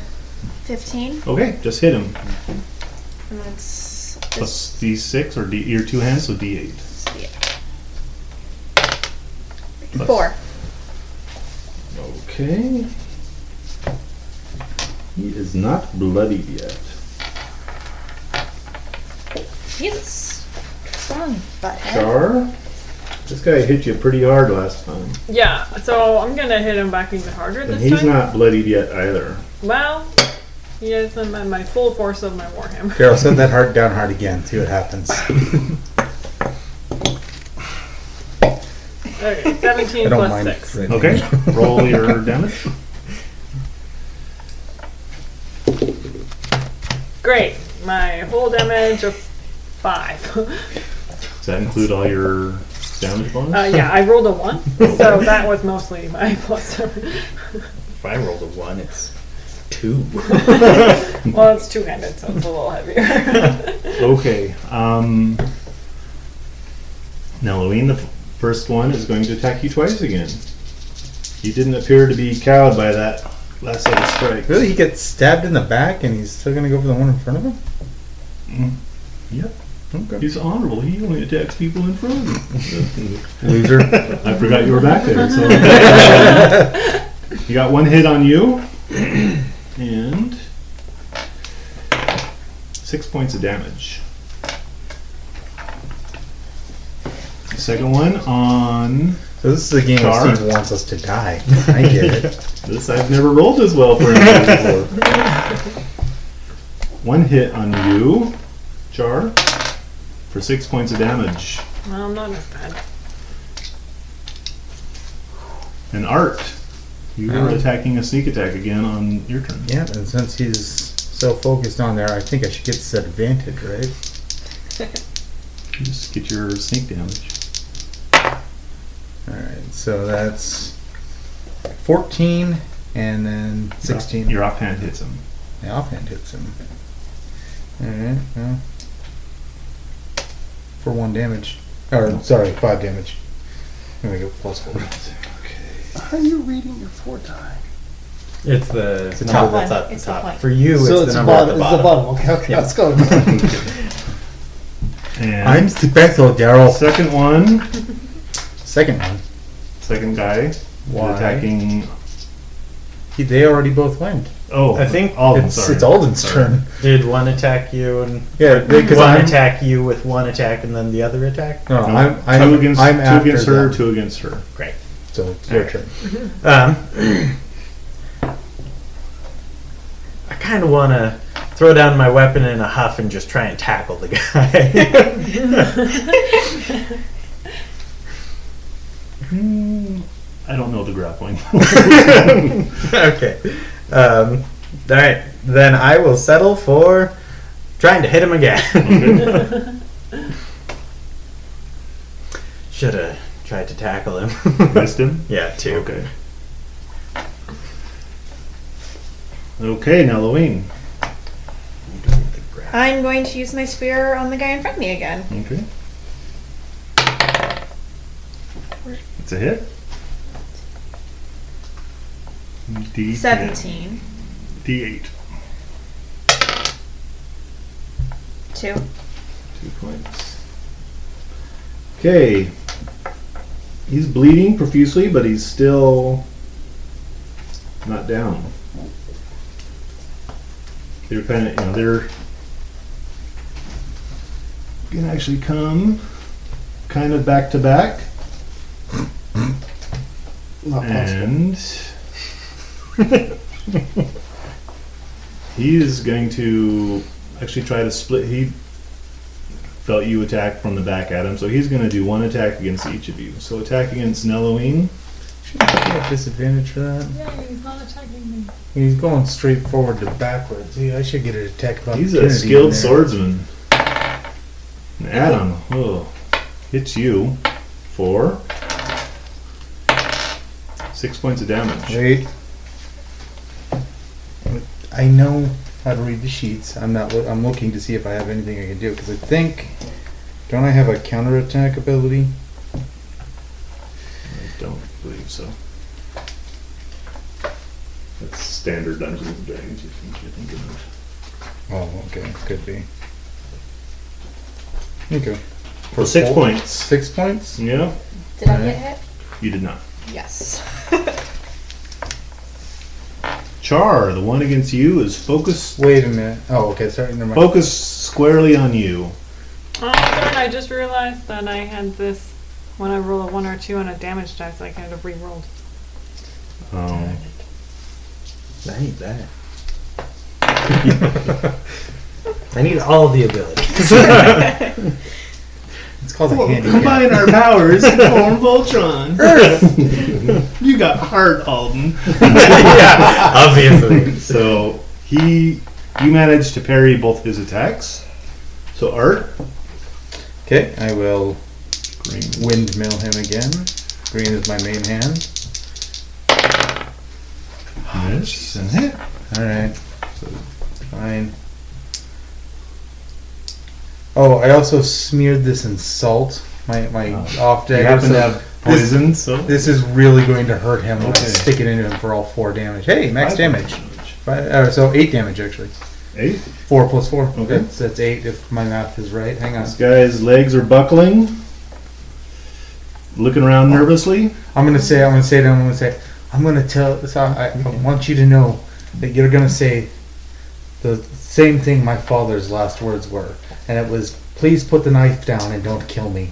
Speaker 2: 15.
Speaker 1: Okay, just hit him.
Speaker 2: And then it's just
Speaker 1: Plus D six or D your two hands, so D eight.
Speaker 2: yeah.
Speaker 1: Plus-
Speaker 2: four.
Speaker 1: Okay. He is not bloodied yet.
Speaker 2: Jesus. Strong butthead.
Speaker 1: Char, this guy hit you pretty hard last time,
Speaker 5: Yeah, so I'm gonna hit him back even harder
Speaker 1: and
Speaker 5: this
Speaker 1: he's
Speaker 5: time.
Speaker 1: not bloodied yet either.
Speaker 5: well, he is in my, my full force of my warhammer.
Speaker 3: Carol, send that heart down hard again. See what happens.
Speaker 5: Okay,
Speaker 3: I
Speaker 5: 17
Speaker 3: don't
Speaker 5: plus
Speaker 3: mind.
Speaker 5: 6.
Speaker 3: right
Speaker 1: Okay,
Speaker 3: now.
Speaker 1: roll your damage.
Speaker 5: Great. My whole damage of 5. uh,
Speaker 1: Does that include all your damage bonus?
Speaker 5: Uh, yeah, I rolled a 1, so that was mostly my plus 7.
Speaker 8: If I rolled a one, it's two.
Speaker 5: Well, it's two handed, so it's a little heavier.
Speaker 1: Okay. Um, now, Lorene, the f- first one is going to attack you twice again. You didn't appear to be cowed by that last little strike.
Speaker 3: Really, he gets stabbed in the back, and he's still gonna go for the one in front of him.
Speaker 1: Yep.
Speaker 3: Okay.
Speaker 1: He's honorable. He only attacks people in front of him.
Speaker 3: Loser.
Speaker 1: I forgot you were back there. So you got one hit on you, and six points of damage. The second one on
Speaker 3: So this is a game
Speaker 1: Char.
Speaker 3: where Steve wants us to die. I get it.
Speaker 1: this. I've never rolled as well for an enemy before. One hit on you, Char, for six points of damage.
Speaker 5: well, I'm not as bad.
Speaker 1: And Art, you are attacking a sneak attack again on your turn.
Speaker 3: Yeah, and since he's so focused on there, I think I should get this advantage, right?
Speaker 1: You Just get your sneak damage.
Speaker 3: All right. So that's fourteen, and then sixteen.
Speaker 1: Your offhand hits him.
Speaker 3: The offhand hits him. Alright, well. For one damage. Or, sorry, five damage. There we go, plus four.
Speaker 6: Are you reading your four time?
Speaker 4: It's the it's
Speaker 2: top
Speaker 4: number that's
Speaker 2: one.
Speaker 4: at the
Speaker 2: It's the
Speaker 4: top.
Speaker 2: point.
Speaker 4: For you, it's,
Speaker 6: so
Speaker 4: the
Speaker 6: it's the
Speaker 4: number
Speaker 6: bottom.
Speaker 4: at
Speaker 6: It's
Speaker 4: the
Speaker 6: the
Speaker 4: bottom.
Speaker 6: bottom. Okay, okay, let's go. That's
Speaker 1: And
Speaker 3: I'm Stepetho, Daryl.
Speaker 1: second one,
Speaker 3: Second one.
Speaker 1: second guy is attacking.
Speaker 3: He, they already both went.
Speaker 1: Oh,
Speaker 4: I think
Speaker 1: Alden,
Speaker 3: it's,
Speaker 1: sorry.
Speaker 3: it's Alden's
Speaker 1: Sorry.
Speaker 3: turn.
Speaker 4: Did one attack you and
Speaker 3: Yeah, because
Speaker 4: one
Speaker 3: I'm,
Speaker 4: attack you with one attack and then the other attack?
Speaker 3: no,
Speaker 1: No,
Speaker 3: I'm, I'm,
Speaker 1: two against,
Speaker 3: I'm
Speaker 1: two
Speaker 3: after
Speaker 1: against her,
Speaker 3: them,
Speaker 1: two against her.
Speaker 3: So it's your turn.
Speaker 4: Um, I kind of want to throw down my weapon in a huff and just try and tackle the guy.
Speaker 3: Hmm.
Speaker 1: I don't know the grappling.
Speaker 4: okay. Um, all right. Then I will settle for trying to hit him again. Should have tried to tackle him.
Speaker 1: Missed him.
Speaker 4: yeah, two.
Speaker 1: Okay. Okay, now Lorraine.
Speaker 2: I'm going to use my spear on the guy in front of me again.
Speaker 1: Okay. It's a hit. D
Speaker 2: 17.
Speaker 1: D eight.
Speaker 2: 2.
Speaker 1: Two points. Okay. He's bleeding profusely, but he's still not down. They're kind of, you know, they're can actually come kind of back to back,
Speaker 6: Not possible.
Speaker 1: and he is going to actually try to split. He felt you attack from the back at him, so he's going to do one attack against each of you. So attack against Nelloine.
Speaker 3: Yeah, disadvantage for that.
Speaker 5: Yeah, he's not attacking me.
Speaker 3: He's going straight forward to backwards. Yeah, I should get an attack of
Speaker 1: He's a
Speaker 3: opportunity in
Speaker 1: skilled
Speaker 3: there.
Speaker 1: swordsman. And Adam, oh, hits you for six points of damage.
Speaker 3: Wait, I know how to read the sheets. I'm not. loo- I'm looking to see if I have anything I can do because I think. Don't I have a counterattack ability?
Speaker 1: I don't believe so. That's standard Dungeons and Dragons. You think you're thinking of?
Speaker 3: Oh, okay, could be. Okay,
Speaker 1: For six
Speaker 3: four-
Speaker 1: points.
Speaker 3: six points.
Speaker 1: Yeah,
Speaker 2: Did I
Speaker 3: Alright.
Speaker 2: get hit?
Speaker 1: you did not.
Speaker 2: Yes.
Speaker 1: Char, the one against you is focused.
Speaker 3: Wait a minute. Oh, okay. Sorry, never mind.
Speaker 1: Focused squarely on you.
Speaker 5: Oh god, I just realized that I had this when I roll a one or two on a damage dice, I kind of re-rolled.
Speaker 1: Um,
Speaker 4: I need that. I need all the abilities.
Speaker 3: It's called a
Speaker 1: oh,
Speaker 3: handicap.
Speaker 7: Combine our powers and form Voltron. you got heart, Alden.
Speaker 4: yeah, obviously.
Speaker 1: so he, you managed to parry both his attacks. So Art,
Speaker 3: Okay, I will windmill him again. Green is my main hand.
Speaker 1: miss and hit.
Speaker 3: All right. Fine. Oh, I also smeared this in salt. My my off
Speaker 1: Oh. You
Speaker 3: dagger.
Speaker 1: happen
Speaker 3: so
Speaker 1: to have poison, so
Speaker 3: This is really going to hurt him.
Speaker 1: Okay.
Speaker 3: Okay. Stick it into him for all four damage. Hey, max
Speaker 1: Five
Speaker 3: damage. Five, uh, so eight damage actually.
Speaker 1: eight.
Speaker 3: Four plus four.
Speaker 1: Okay.
Speaker 3: That's, that's eight if my math is right. Hang on.
Speaker 1: This guy's legs are buckling. Looking around nervously.
Speaker 3: I'm gonna say. I'm gonna say. it, I'm gonna say. I'm gonna tell. So I, I want you to know that you're gonna say the same thing my father's last words were, and it was, "Please put the knife down and don't kill me."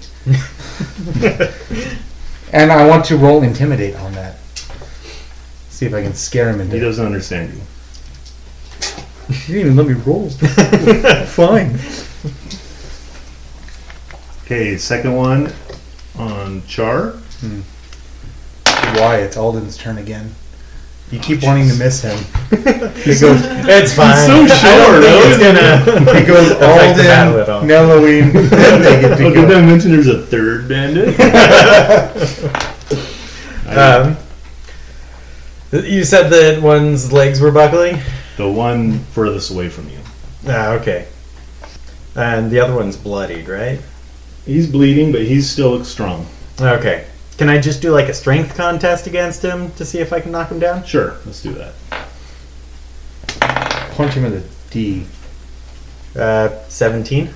Speaker 3: and I want to roll intimidate on that. See if I can scare him into.
Speaker 1: He
Speaker 3: He
Speaker 1: doesn't understand you.
Speaker 3: didn't even let me roll. Fine.
Speaker 1: Okay, second one on Char.
Speaker 3: Why? It's Alden's turn again. You
Speaker 4: Oh,
Speaker 3: keep wanting to miss him. he goes. It's fine.
Speaker 1: so sure.
Speaker 4: It's gonna.
Speaker 3: It goes
Speaker 4: affect the battle at all.
Speaker 3: Alden, Melloween, then they get to
Speaker 1: Okay, did
Speaker 3: go.
Speaker 1: I mention there's a third bandit?
Speaker 4: Um, you said that one's legs were buckling.
Speaker 1: the one furthest away from you.
Speaker 4: Ah, okay. And the other one's bloodied, right?
Speaker 1: He's bleeding, but he's still strong.
Speaker 4: Okay. Can I just do like a strength contest against him to see if I can knock him down?
Speaker 1: Sure, let's do that.
Speaker 3: Punch him in the D.
Speaker 4: Uh, 17.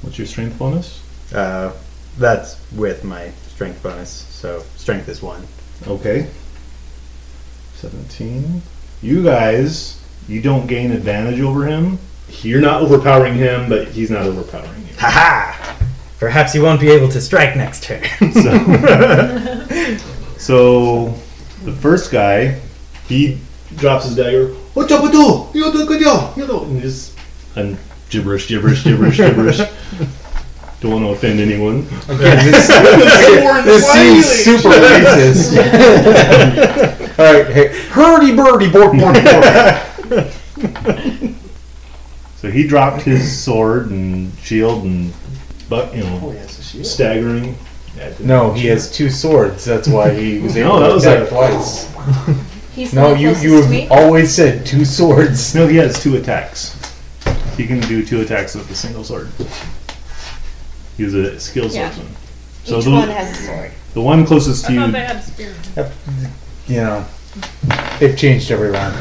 Speaker 1: What's your strength bonus?
Speaker 4: Uh, that's with my strength bonus, so strength is one.
Speaker 1: Okay. 17. You guys, you don't gain advantage over him. You're not overpowering him, but he's not overpowering you.
Speaker 4: Haha! Perhaps he won't be able to strike next turn.
Speaker 1: So, the first guy, he drops his dagger. What's up with you? You do good job. You do. And just and gibberish, gibberish, gibberish, gibberish. Don't want to offend anyone.
Speaker 3: Again, this, this seems super racist. All right, hey, hurdy burdy, bork bork bork.
Speaker 1: So he dropped his sword and shield and buck, you know,
Speaker 6: Oh, yes, a shield.
Speaker 1: staggering. at the-
Speaker 3: No, he has two swords. That's why he was able
Speaker 1: No, that
Speaker 3: to
Speaker 1: was
Speaker 3: attack
Speaker 1: like-
Speaker 3: twice.
Speaker 2: He's
Speaker 3: No,
Speaker 2: the
Speaker 3: you
Speaker 2: closest
Speaker 3: you
Speaker 2: to me.
Speaker 3: have always said two swords.
Speaker 1: No, he has two attacks. He can do two attacks with a single sword. He was a skilled
Speaker 2: Yeah.
Speaker 1: swordsman.
Speaker 2: Each
Speaker 1: So
Speaker 2: one
Speaker 1: the,
Speaker 2: has a sword.
Speaker 1: the one closest to
Speaker 5: I
Speaker 1: you
Speaker 5: thought they had spear.
Speaker 3: You know, they've changed every round.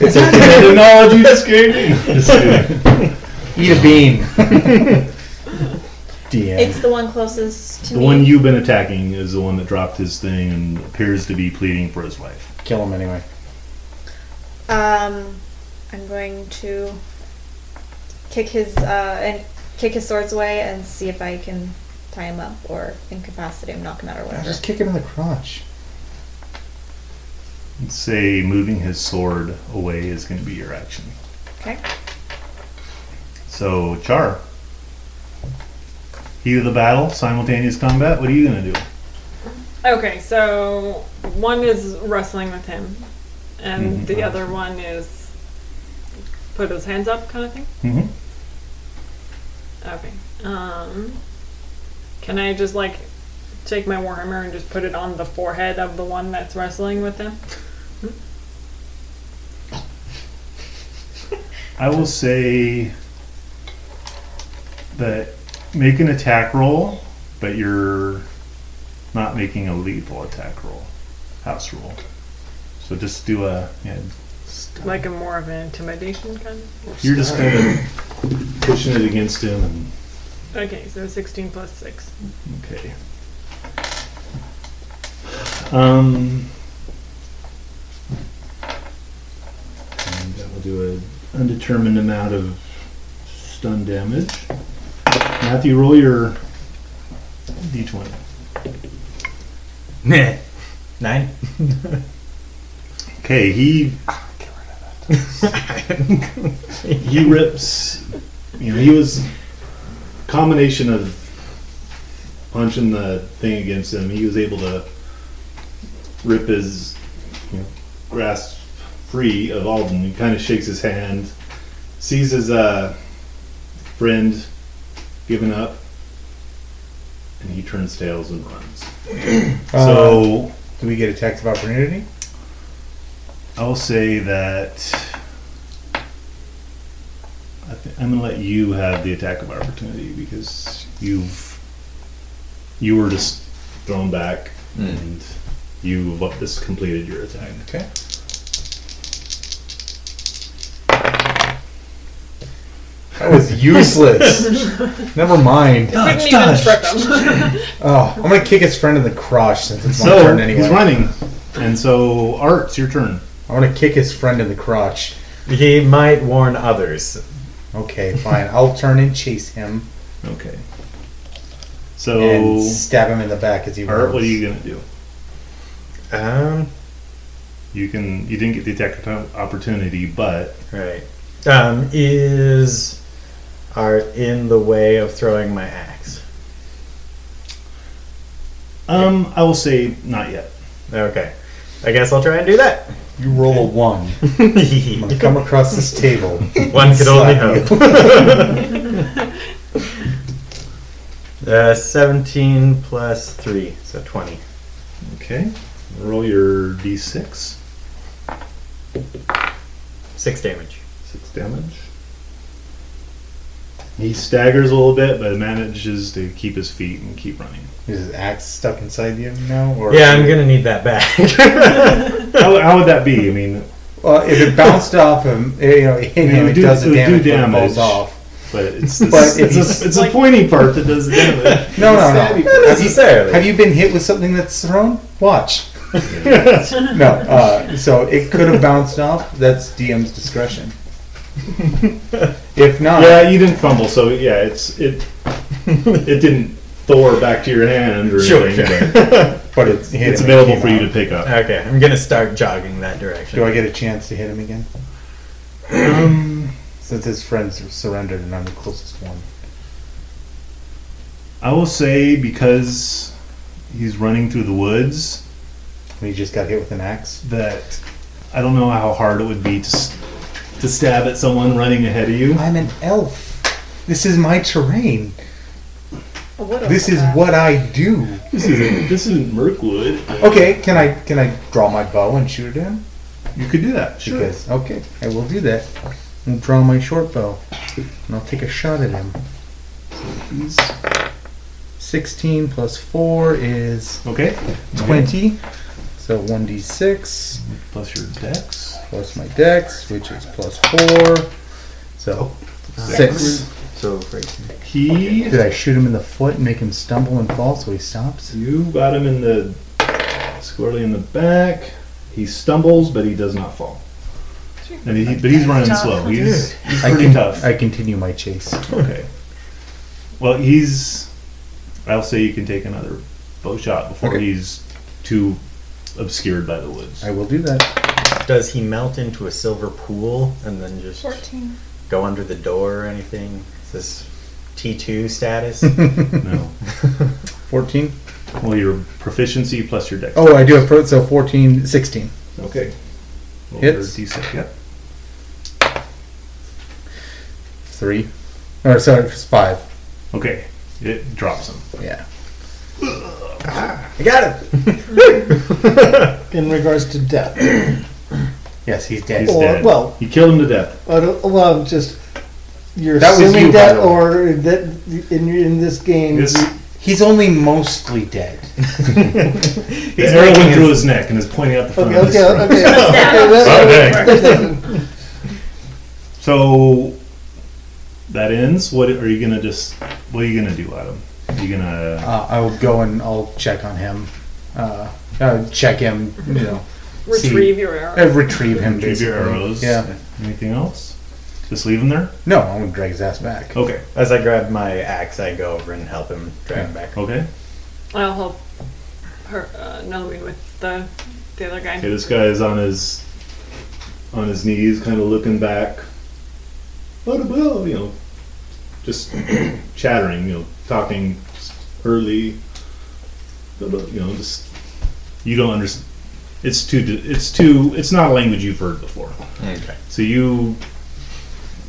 Speaker 1: the knowledge you just gave me. Just kidding.
Speaker 3: Eat a bean. DM.
Speaker 2: It's the one closest to
Speaker 1: the
Speaker 2: me.
Speaker 1: one you've been attacking is the one that dropped his thing and appears to be pleading for his life.
Speaker 3: Kill him anyway.
Speaker 2: Um, I'm going to kick his uh, and kick his swords away and see if I can tie him up or incapacitate him, knock him out, or whatever.
Speaker 3: Ah, Just kick him in the crotch.
Speaker 1: Say moving his sword away is going to be your action.
Speaker 2: Okay.
Speaker 1: So Char, heat of the battle, simultaneous combat. What are you going to do?
Speaker 5: Okay, so one is wrestling with him, and the other one is put his hands up, kind of thing.
Speaker 1: Mhm.
Speaker 5: Okay. Um, can I just like take my warhammer and just put it on the forehead of the one that's wrestling with him?
Speaker 1: I will say that make an attack roll, but you're not making a lethal attack roll, house rule. So just do a. Yeah,
Speaker 5: Like a more of an intimidation kind of?
Speaker 1: you're just kind of pushing it against him, and
Speaker 5: Okay, so 16 plus 6.
Speaker 1: okay. Um, and that will do an undetermined amount of stun damage. Matthew, roll your d20.
Speaker 4: Nah. Nine?
Speaker 1: Okay, he he rips. You know, he was combination of punching the thing against him. He was able to rip his you know, grasp free of Alden. He kind of shakes his hand, sees his uh, friend giving up, and he turns tails and runs. so.
Speaker 3: Do we get a tax of opportunity?
Speaker 1: I'll say that I th- I'm gonna let you have the attack of opportunity because you've you were just thrown back and you've up- just completed your attack.
Speaker 3: Okay. That was useless. Never mind.
Speaker 5: Couldn't even trip him.
Speaker 3: Oh, I'm gonna kick his friend in the crotch since it's my
Speaker 1: So
Speaker 3: turn anyway.
Speaker 1: he's running, and so Art, it's your turn.
Speaker 3: I'm gonna kick his friend in the crotch.
Speaker 4: He might warn others.
Speaker 3: Okay, fine. I'll turn and chase him
Speaker 1: Okay. So
Speaker 3: and stab him in the back as he runs.
Speaker 1: Art, what are you gonna do?
Speaker 4: Um,
Speaker 1: You can you didn't get the attack of opportunity, but
Speaker 4: right. Um, is art in the way of throwing my axe?
Speaker 1: um I will say not yet.
Speaker 4: Okay. I guess I'll try and do that.
Speaker 3: You roll a one. I'm gonna come across this table.
Speaker 4: One could only
Speaker 3: Slap you.
Speaker 4: hope. uh, 17 plus 3, so 20.
Speaker 1: Okay. Roll your d6.
Speaker 4: 6 damage.
Speaker 1: Six damage. He staggers a little bit, but manages to keep his feet and keep running.
Speaker 3: Is his axe stuck inside you now? Or
Speaker 4: Yeah, I'm gonna need that back.
Speaker 1: How, how would that be? I mean,
Speaker 3: Well, if it bounced off him, it, you know, it hit
Speaker 1: It
Speaker 3: him,
Speaker 1: would
Speaker 3: it
Speaker 1: do-
Speaker 3: does
Speaker 1: it
Speaker 3: the
Speaker 1: would do
Speaker 3: damage, but it
Speaker 1: damage.
Speaker 3: falls off.
Speaker 1: but it's this,
Speaker 3: But if
Speaker 1: it's,
Speaker 3: he's-
Speaker 1: a, it's a pointy part that does the damage.
Speaker 3: No, no, no.
Speaker 6: Stabby.
Speaker 4: Not necessarily.
Speaker 3: Have you been hit with something that's thrown? Watch. no, uh, so it could have bounced off. That's DM's discretion. if not,
Speaker 1: yeah, you didn't fumble, so yeah, it's it it didn't Thor back to your hand or
Speaker 4: Sure,
Speaker 1: anything.
Speaker 4: sure.
Speaker 1: but
Speaker 3: but it's hit
Speaker 1: It's
Speaker 3: him, it
Speaker 1: available
Speaker 3: came
Speaker 1: for you
Speaker 3: out.
Speaker 1: to pick up.
Speaker 4: okay, I'm gonna start jogging that direction.
Speaker 3: Do I get a chance to hit him again? Um, Since his friends surrendered and I'm the closest one.
Speaker 1: I will say because he's running through the woods,
Speaker 3: And he just got hit with an axe.
Speaker 1: that I don't know how hard it would be to s- to stab at someone running ahead of you.
Speaker 3: I'm an elf. This is my terrain.
Speaker 2: What
Speaker 3: This is what I do.
Speaker 1: This isn't this isn't Mirkwood.
Speaker 3: Okay, can I can I draw my bow and shoot at him?
Speaker 1: You could do that. Sure.
Speaker 3: Because okay, I will do that. I'll draw my short bow. And I'll take a shot at him. He's- Sixteen plus four is
Speaker 1: Okay.
Speaker 3: twenty. So one D six
Speaker 1: Plus your dex.
Speaker 3: plus my dex, which is plus four. So
Speaker 4: Oh,
Speaker 3: six.
Speaker 4: So, right.
Speaker 1: He.
Speaker 3: Did I shoot him in the foot and make him stumble and fall so he stops?
Speaker 1: You got him in the squarely in the back. He stumbles, but he does not fall. And he, but he's running slow. He's, he's
Speaker 3: I,
Speaker 1: pretty
Speaker 3: con-
Speaker 1: tough.
Speaker 3: I continue my chase.
Speaker 1: Okay. Well, he's. I'll say you can take another bow shot before
Speaker 3: Okay.
Speaker 1: he's too obscured by the woods.
Speaker 3: I will do that.
Speaker 4: Does he melt into a silver pool and then just
Speaker 2: 14.
Speaker 4: go under the door or anything? Is this T2 status?
Speaker 1: No.
Speaker 3: 14.
Speaker 1: Well, your proficiency plus your dex.
Speaker 3: Oh, I do have pro, so 14, 16.
Speaker 1: Okay. Roll
Speaker 3: Hits.
Speaker 1: your D6. Yep.
Speaker 3: Three. Or, sorry, it's five.
Speaker 1: Okay. It drops him.
Speaker 3: Yeah.
Speaker 4: I got him!
Speaker 6: In regards to death.
Speaker 3: Yes, he's dead.
Speaker 1: He's
Speaker 6: Or-
Speaker 1: dead.
Speaker 6: well-
Speaker 1: you killed him to death.
Speaker 6: I don't, uh, well, I'm just you're
Speaker 3: That was
Speaker 6: assuming
Speaker 3: you, by
Speaker 6: that,
Speaker 3: the way.
Speaker 6: or that in in this game,
Speaker 1: His,
Speaker 6: you-
Speaker 3: He's only mostly dead.
Speaker 1: the arrow went through his neck and is pointing out the front
Speaker 6: okay,
Speaker 1: of his
Speaker 6: okay,
Speaker 1: throat.
Speaker 6: okay, okay, that- that-
Speaker 1: So that ends. What are you gonna just? What are you gonna do, Adam? Are you gonna?
Speaker 3: Uh, I will go and I'll check on him. Uh, uh, check him, you know, See.
Speaker 5: Retrieve your arrow.
Speaker 3: uh, retrieve him.
Speaker 1: Retrieve your
Speaker 3: basically.
Speaker 1: arrows.
Speaker 3: Yeah.
Speaker 1: Anything else? Just leave him there.
Speaker 3: No, I'm gonna drag his ass back.
Speaker 1: Okay.
Speaker 4: As I grab my axe, I go over and help him drag him back.
Speaker 1: Okay.
Speaker 5: I'll help her, uh, Nelly with the, the other guy.
Speaker 1: Okay. This guy is on his on his knees, kind of looking back. What about you know? Just chattering, you know, talking early. About, you know, just you don't understand. It's too. It's too. It's not a language you've heard before.
Speaker 4: Okay.
Speaker 1: So you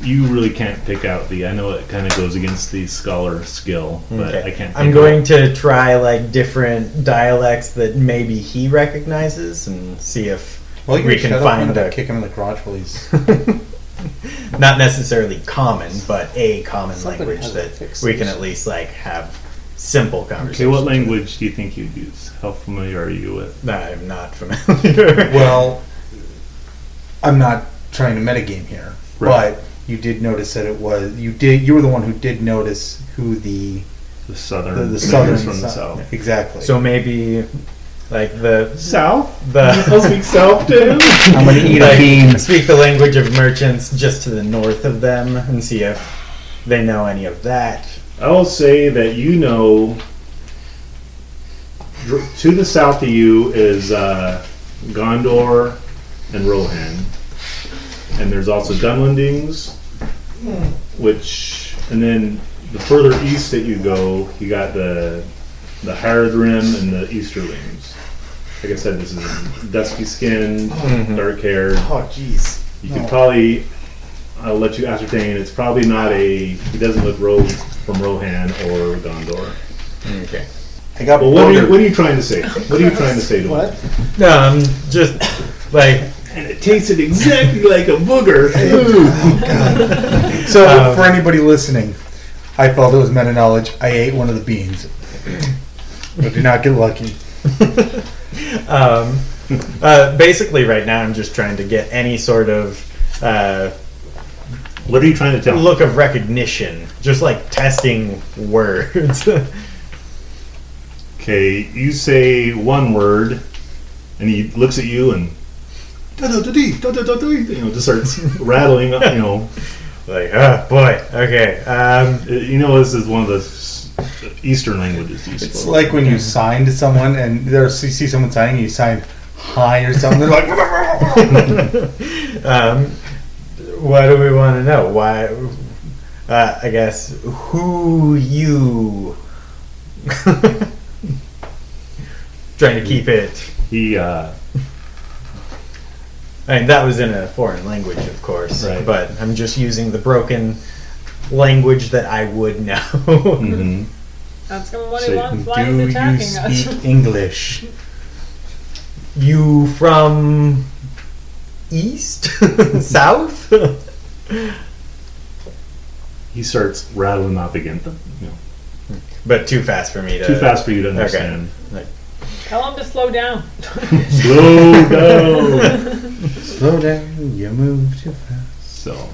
Speaker 1: you really can't pick out the. I know it kind of goes against the scholar skill, but I can't.
Speaker 4: I'm
Speaker 1: pick
Speaker 4: going to try like different dialects that maybe he recognizes and see if
Speaker 3: Well, you
Speaker 4: we can find
Speaker 3: that.
Speaker 4: a
Speaker 3: Kick him in the crotch while he's.
Speaker 4: not necessarily common, but a common
Speaker 6: Something
Speaker 4: language
Speaker 6: has a
Speaker 4: that
Speaker 6: fixed
Speaker 4: we can
Speaker 6: source.
Speaker 4: at least like have simple
Speaker 1: Out. Okay, what
Speaker 4: conversations.
Speaker 1: language do you think you'd use? How familiar are you with?
Speaker 4: that I'm not familiar.
Speaker 3: Well, I'm not trying to metagame here,
Speaker 1: Right.
Speaker 3: but you did notice that it was you did you were the one who did notice who the
Speaker 1: The southern.
Speaker 3: the, the
Speaker 1: members
Speaker 3: southern
Speaker 1: from the
Speaker 3: si-
Speaker 1: south.
Speaker 3: exactly.
Speaker 4: so maybe like the
Speaker 1: South.
Speaker 4: the
Speaker 1: I'll speak south to him.
Speaker 3: I'm gonna eat a bean.
Speaker 4: speak the language of merchants just to the north of them and see if they know any of that.
Speaker 1: I will say that you know. dr- To the south of you is uh, Gondor and Rohan, and there's also Dunlandings, which, and then the further east that you go, you got the the Hard Rim and the Easterlings. Like I said, this is dusky skin, dark hair.
Speaker 4: Oh jeez.
Speaker 1: You could probably, I'll let you ascertain, it's probably not a, he doesn't look Ro, from Rohan or Gondor.
Speaker 4: Okay.
Speaker 3: I got
Speaker 1: Well, what are, you,
Speaker 3: bloated.
Speaker 1: what are you trying to say? What are you trying to say to
Speaker 6: What?
Speaker 1: him?
Speaker 4: No, I'm just like
Speaker 1: And it tasted exactly like a booger.
Speaker 3: So,
Speaker 4: Um,
Speaker 3: for anybody listening, I felt it was meta knowledge. I ate one of the beans. I did not get lucky.
Speaker 4: um, uh, basically right now I'm just trying to get any sort of uh,
Speaker 1: what are you trying to tell him?
Speaker 4: look of recognition, just like testing words.
Speaker 1: Okay, you say one word, and he looks at you and da-da-da-dee, da-da-da-dee, you know, just starts rattling. You know,
Speaker 4: like, oh boy, okay. Um,
Speaker 1: you know, this is one of the s- Eastern languages. You
Speaker 3: It's
Speaker 1: spoke.
Speaker 3: like when you sign to someone and there's you see someone signing, you sign hi or something. They're like,
Speaker 4: um, what do we want to know? Why? Uh, I guess who you? Trying to keep it.
Speaker 1: he uh,
Speaker 4: I mean, that was in a foreign language, of course.
Speaker 1: Right.
Speaker 4: But I'm just using the broken language that I would know.
Speaker 1: mhm.
Speaker 5: Ask him what
Speaker 1: Say,
Speaker 5: he wants. Why
Speaker 3: do
Speaker 5: he's
Speaker 3: you
Speaker 5: attacking us?
Speaker 3: speak English?
Speaker 4: You from east? South?
Speaker 1: he starts rattling off again. You know,
Speaker 4: but too fast for me to.
Speaker 1: too fast for you to understand.
Speaker 5: Tell him to slow down.
Speaker 1: Slow down.
Speaker 3: Slow down, you move too fast.
Speaker 1: So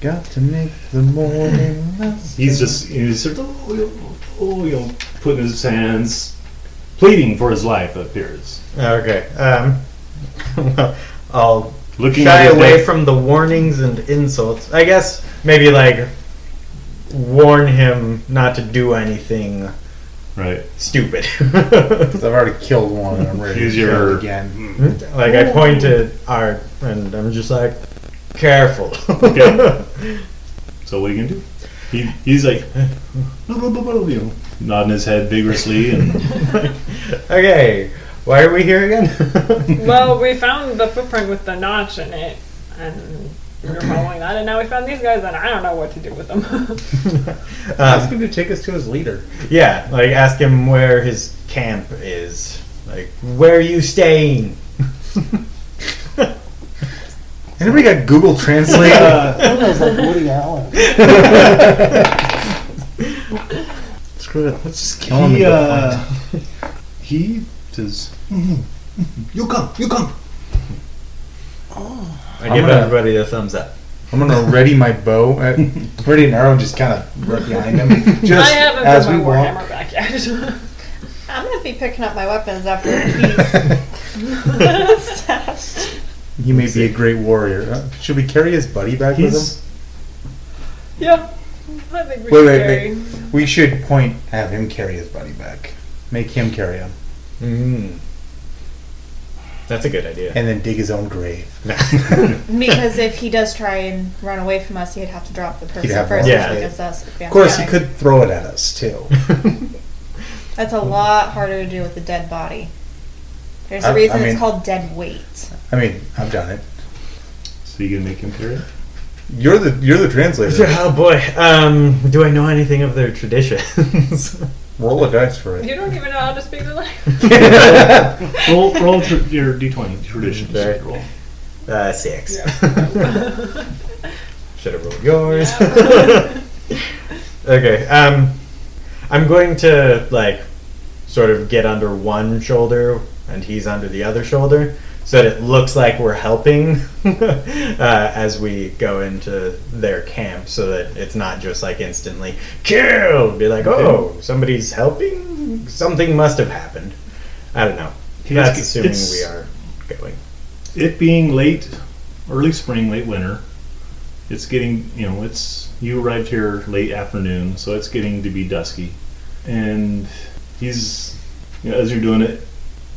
Speaker 3: Got to make the morning last.
Speaker 1: he's just he's sort of oh, you know, oh, you know, putting his hands, pleading for his life. It appears
Speaker 4: Okay. Um, well, I'll
Speaker 1: looking
Speaker 4: shy
Speaker 1: at his
Speaker 4: away
Speaker 1: neck-
Speaker 4: from the warnings and insults. I guess maybe like warn him not to do anything
Speaker 1: right.
Speaker 4: stupid.
Speaker 3: I've already killed one. and I'm ready
Speaker 1: Use
Speaker 3: to kill
Speaker 1: your-
Speaker 3: again.
Speaker 4: like I point to Art and I'm just like, careful.
Speaker 1: Okay. So what are you gonna do? He, he's like blah, blah, blah, blah, you know, nodding his head vigorously and
Speaker 4: okay. Why are we here again? Um,
Speaker 5: well, we found the footprint with the notch in it, and we were following that, and now we found these guys, and I don't know what to do with them.
Speaker 3: Ask him to take us to his leader.
Speaker 4: Yeah, like ask him where his camp is. Like, where are you staying?
Speaker 3: Anybody got Google Translate?
Speaker 6: That was like Woody Allen.
Speaker 3: Screw it. Let's just kill him.
Speaker 7: He,
Speaker 3: and go find
Speaker 7: uh,
Speaker 1: He does.
Speaker 7: you come, you come.
Speaker 4: I give
Speaker 3: gonna-
Speaker 4: everybody a thumbs up.
Speaker 3: I'm gonna ready my bow. I- I'm ready an arrow, and just kind of right behind him, just
Speaker 5: I haven't
Speaker 3: as
Speaker 5: put
Speaker 3: we
Speaker 5: my
Speaker 3: walk.
Speaker 5: Warhammer back yet.
Speaker 2: I'm gonna be picking up my weapons after he's stashed.
Speaker 3: He may be a great warrior. Uh, Should we carry his buddy back
Speaker 1: He's.
Speaker 5: yeah, I
Speaker 3: Wait,
Speaker 5: think we should
Speaker 3: wait,
Speaker 5: carry.
Speaker 3: with him? We should point, have him carry his buddy back, make him carry him,
Speaker 4: Mm. That's a good idea.
Speaker 3: and then dig his own grave.
Speaker 2: Because if he does try and run away from us, he'd have to drop the person
Speaker 3: have
Speaker 2: first,
Speaker 3: to-
Speaker 4: yeah.
Speaker 2: which gives us advantage.
Speaker 3: Of course, he could throw it at us too.
Speaker 2: That's a lot harder to do with a dead body. There's
Speaker 3: I-
Speaker 2: a
Speaker 3: I
Speaker 2: reason
Speaker 3: mean-
Speaker 2: it's called dead weight.
Speaker 3: I mean, I've done it.
Speaker 1: So you gonna make him carry it?
Speaker 3: You're the you're the translator.
Speaker 4: Oh boy. Um, do I know anything of their traditions?
Speaker 3: Roll a dice for it.
Speaker 5: You don't even know how to speak the language.
Speaker 1: Roll, roll tr- your d20 tradition.
Speaker 4: Right.
Speaker 1: roll.
Speaker 4: Uh, six. Should have rolled yours. okay. Um, I'm going to like sort of get under one shoulder and he's under the other shoulder, so that it looks like we're helping uh, as we go into their camp, so that it's not just like instantly kill. Be like, oh, somebody's helping. Something must have happened. I don't know.
Speaker 1: He's-
Speaker 4: That's assuming
Speaker 1: it's-
Speaker 4: we are going.
Speaker 1: It being late, early spring, late winter, it's getting, you know, it's. You arrived here late afternoon, so it's getting to be dusky. And he's. You know, as you're doing it,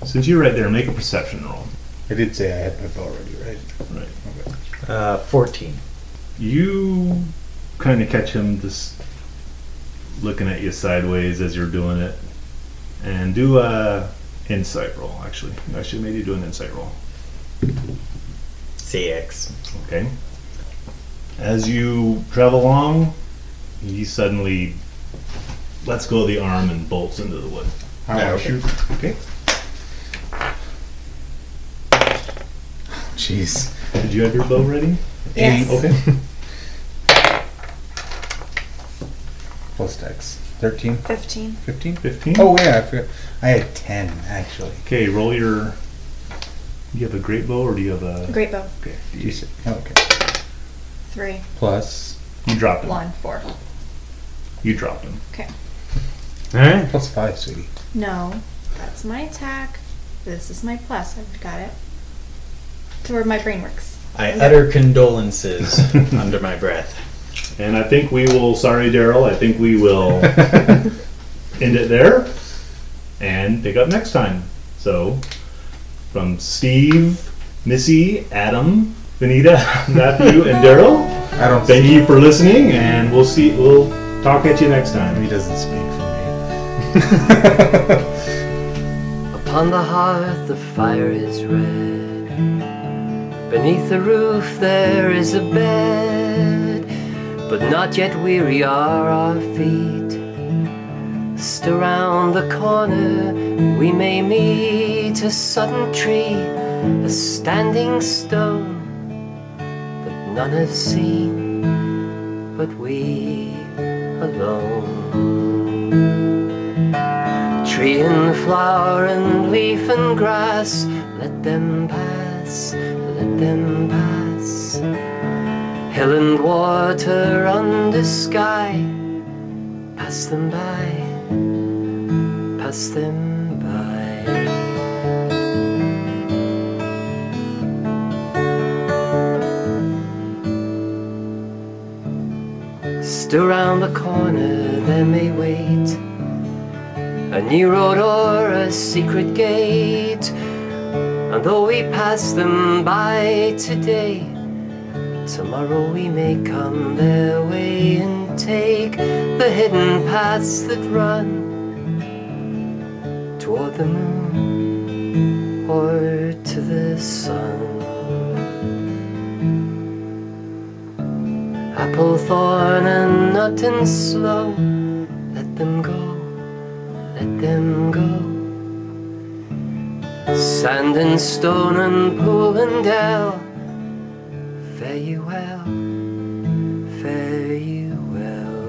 Speaker 1: since you're right there, make a perception roll.
Speaker 3: I did say I had my bow ready, right?
Speaker 1: Right.
Speaker 4: Uh, Fourteen.
Speaker 1: You kind of catch him just looking at you sideways as you're doing it, and do a insight roll. Actually, I should maybe do an insight roll.
Speaker 4: Six.
Speaker 1: Okay. As you travel along, he suddenly lets go of the arm and bolts into the wood.
Speaker 3: I wanna shoot.
Speaker 1: Okay.
Speaker 3: Jeez.
Speaker 1: Did you have your bow ready?
Speaker 2: Yes.
Speaker 1: Okay.
Speaker 3: Plus dex. 13,
Speaker 2: 15.
Speaker 3: 15?
Speaker 1: Fifteen.
Speaker 3: Oh, yeah, I forgot. I had 10, actually.
Speaker 1: Okay. Roll your. You have a great bow, or do you have a?
Speaker 2: Great bow.
Speaker 1: Okay.
Speaker 3: Jeez. Okay.
Speaker 2: 3,
Speaker 3: Plus,
Speaker 1: You dropped him.
Speaker 2: 1, 4.
Speaker 1: You dropped him.
Speaker 4: All right.
Speaker 3: plus 5, sweetie.
Speaker 2: No, that's my attack. This is my plus. I've got it. To where my brain works.
Speaker 4: I utter condolences under my breath.
Speaker 1: And I think we will, sorry, Daryl, I think we will end it there and pick up next time. So, from Steve, Missy, Adam, Benita, Matthew, and Daryl,
Speaker 3: I don't
Speaker 1: thank you for listening, and we'll see, we'll talk at you next time.
Speaker 3: He doesn't speak for me.
Speaker 9: Upon the hearth the fire is red. Beneath the roof there is a bed. But not yet weary are our feet. Just around the corner we may meet a sudden tree, a standing stone that none have seen but we alone. Tree and flower and leaf and grass, let them pass, let them pass. Hill and water under sky, pass them by, pass them by. Still round the corner, there may wait. A new road or a secret gate. And though we pass them by today, tomorrow we may come their way and take the hidden paths that run toward the moon or to the sun. Apple, thorn, and nut and slow, let them go let them go. Sand and stone and pool and dell, Fare you well, fare you well.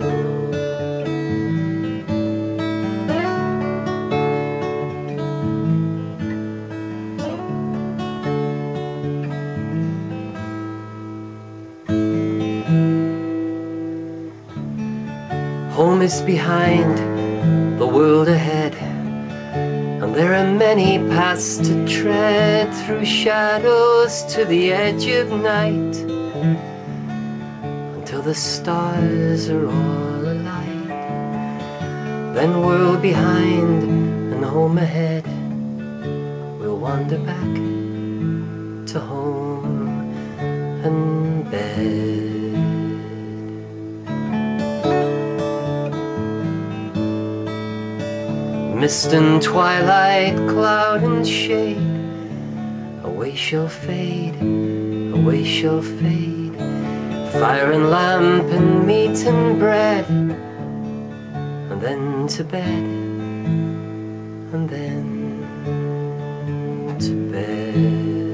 Speaker 9: Home is behind, the world ahead, and there are many paths to tread through shadows to the edge of night until the stars are all alight. Then world behind and home ahead, we'll wander back to home and bed. Mist and twilight, cloud and shade, away shall fade, away shall fade. Fire and lamp and meat and bread, and then to bed, and then to bed.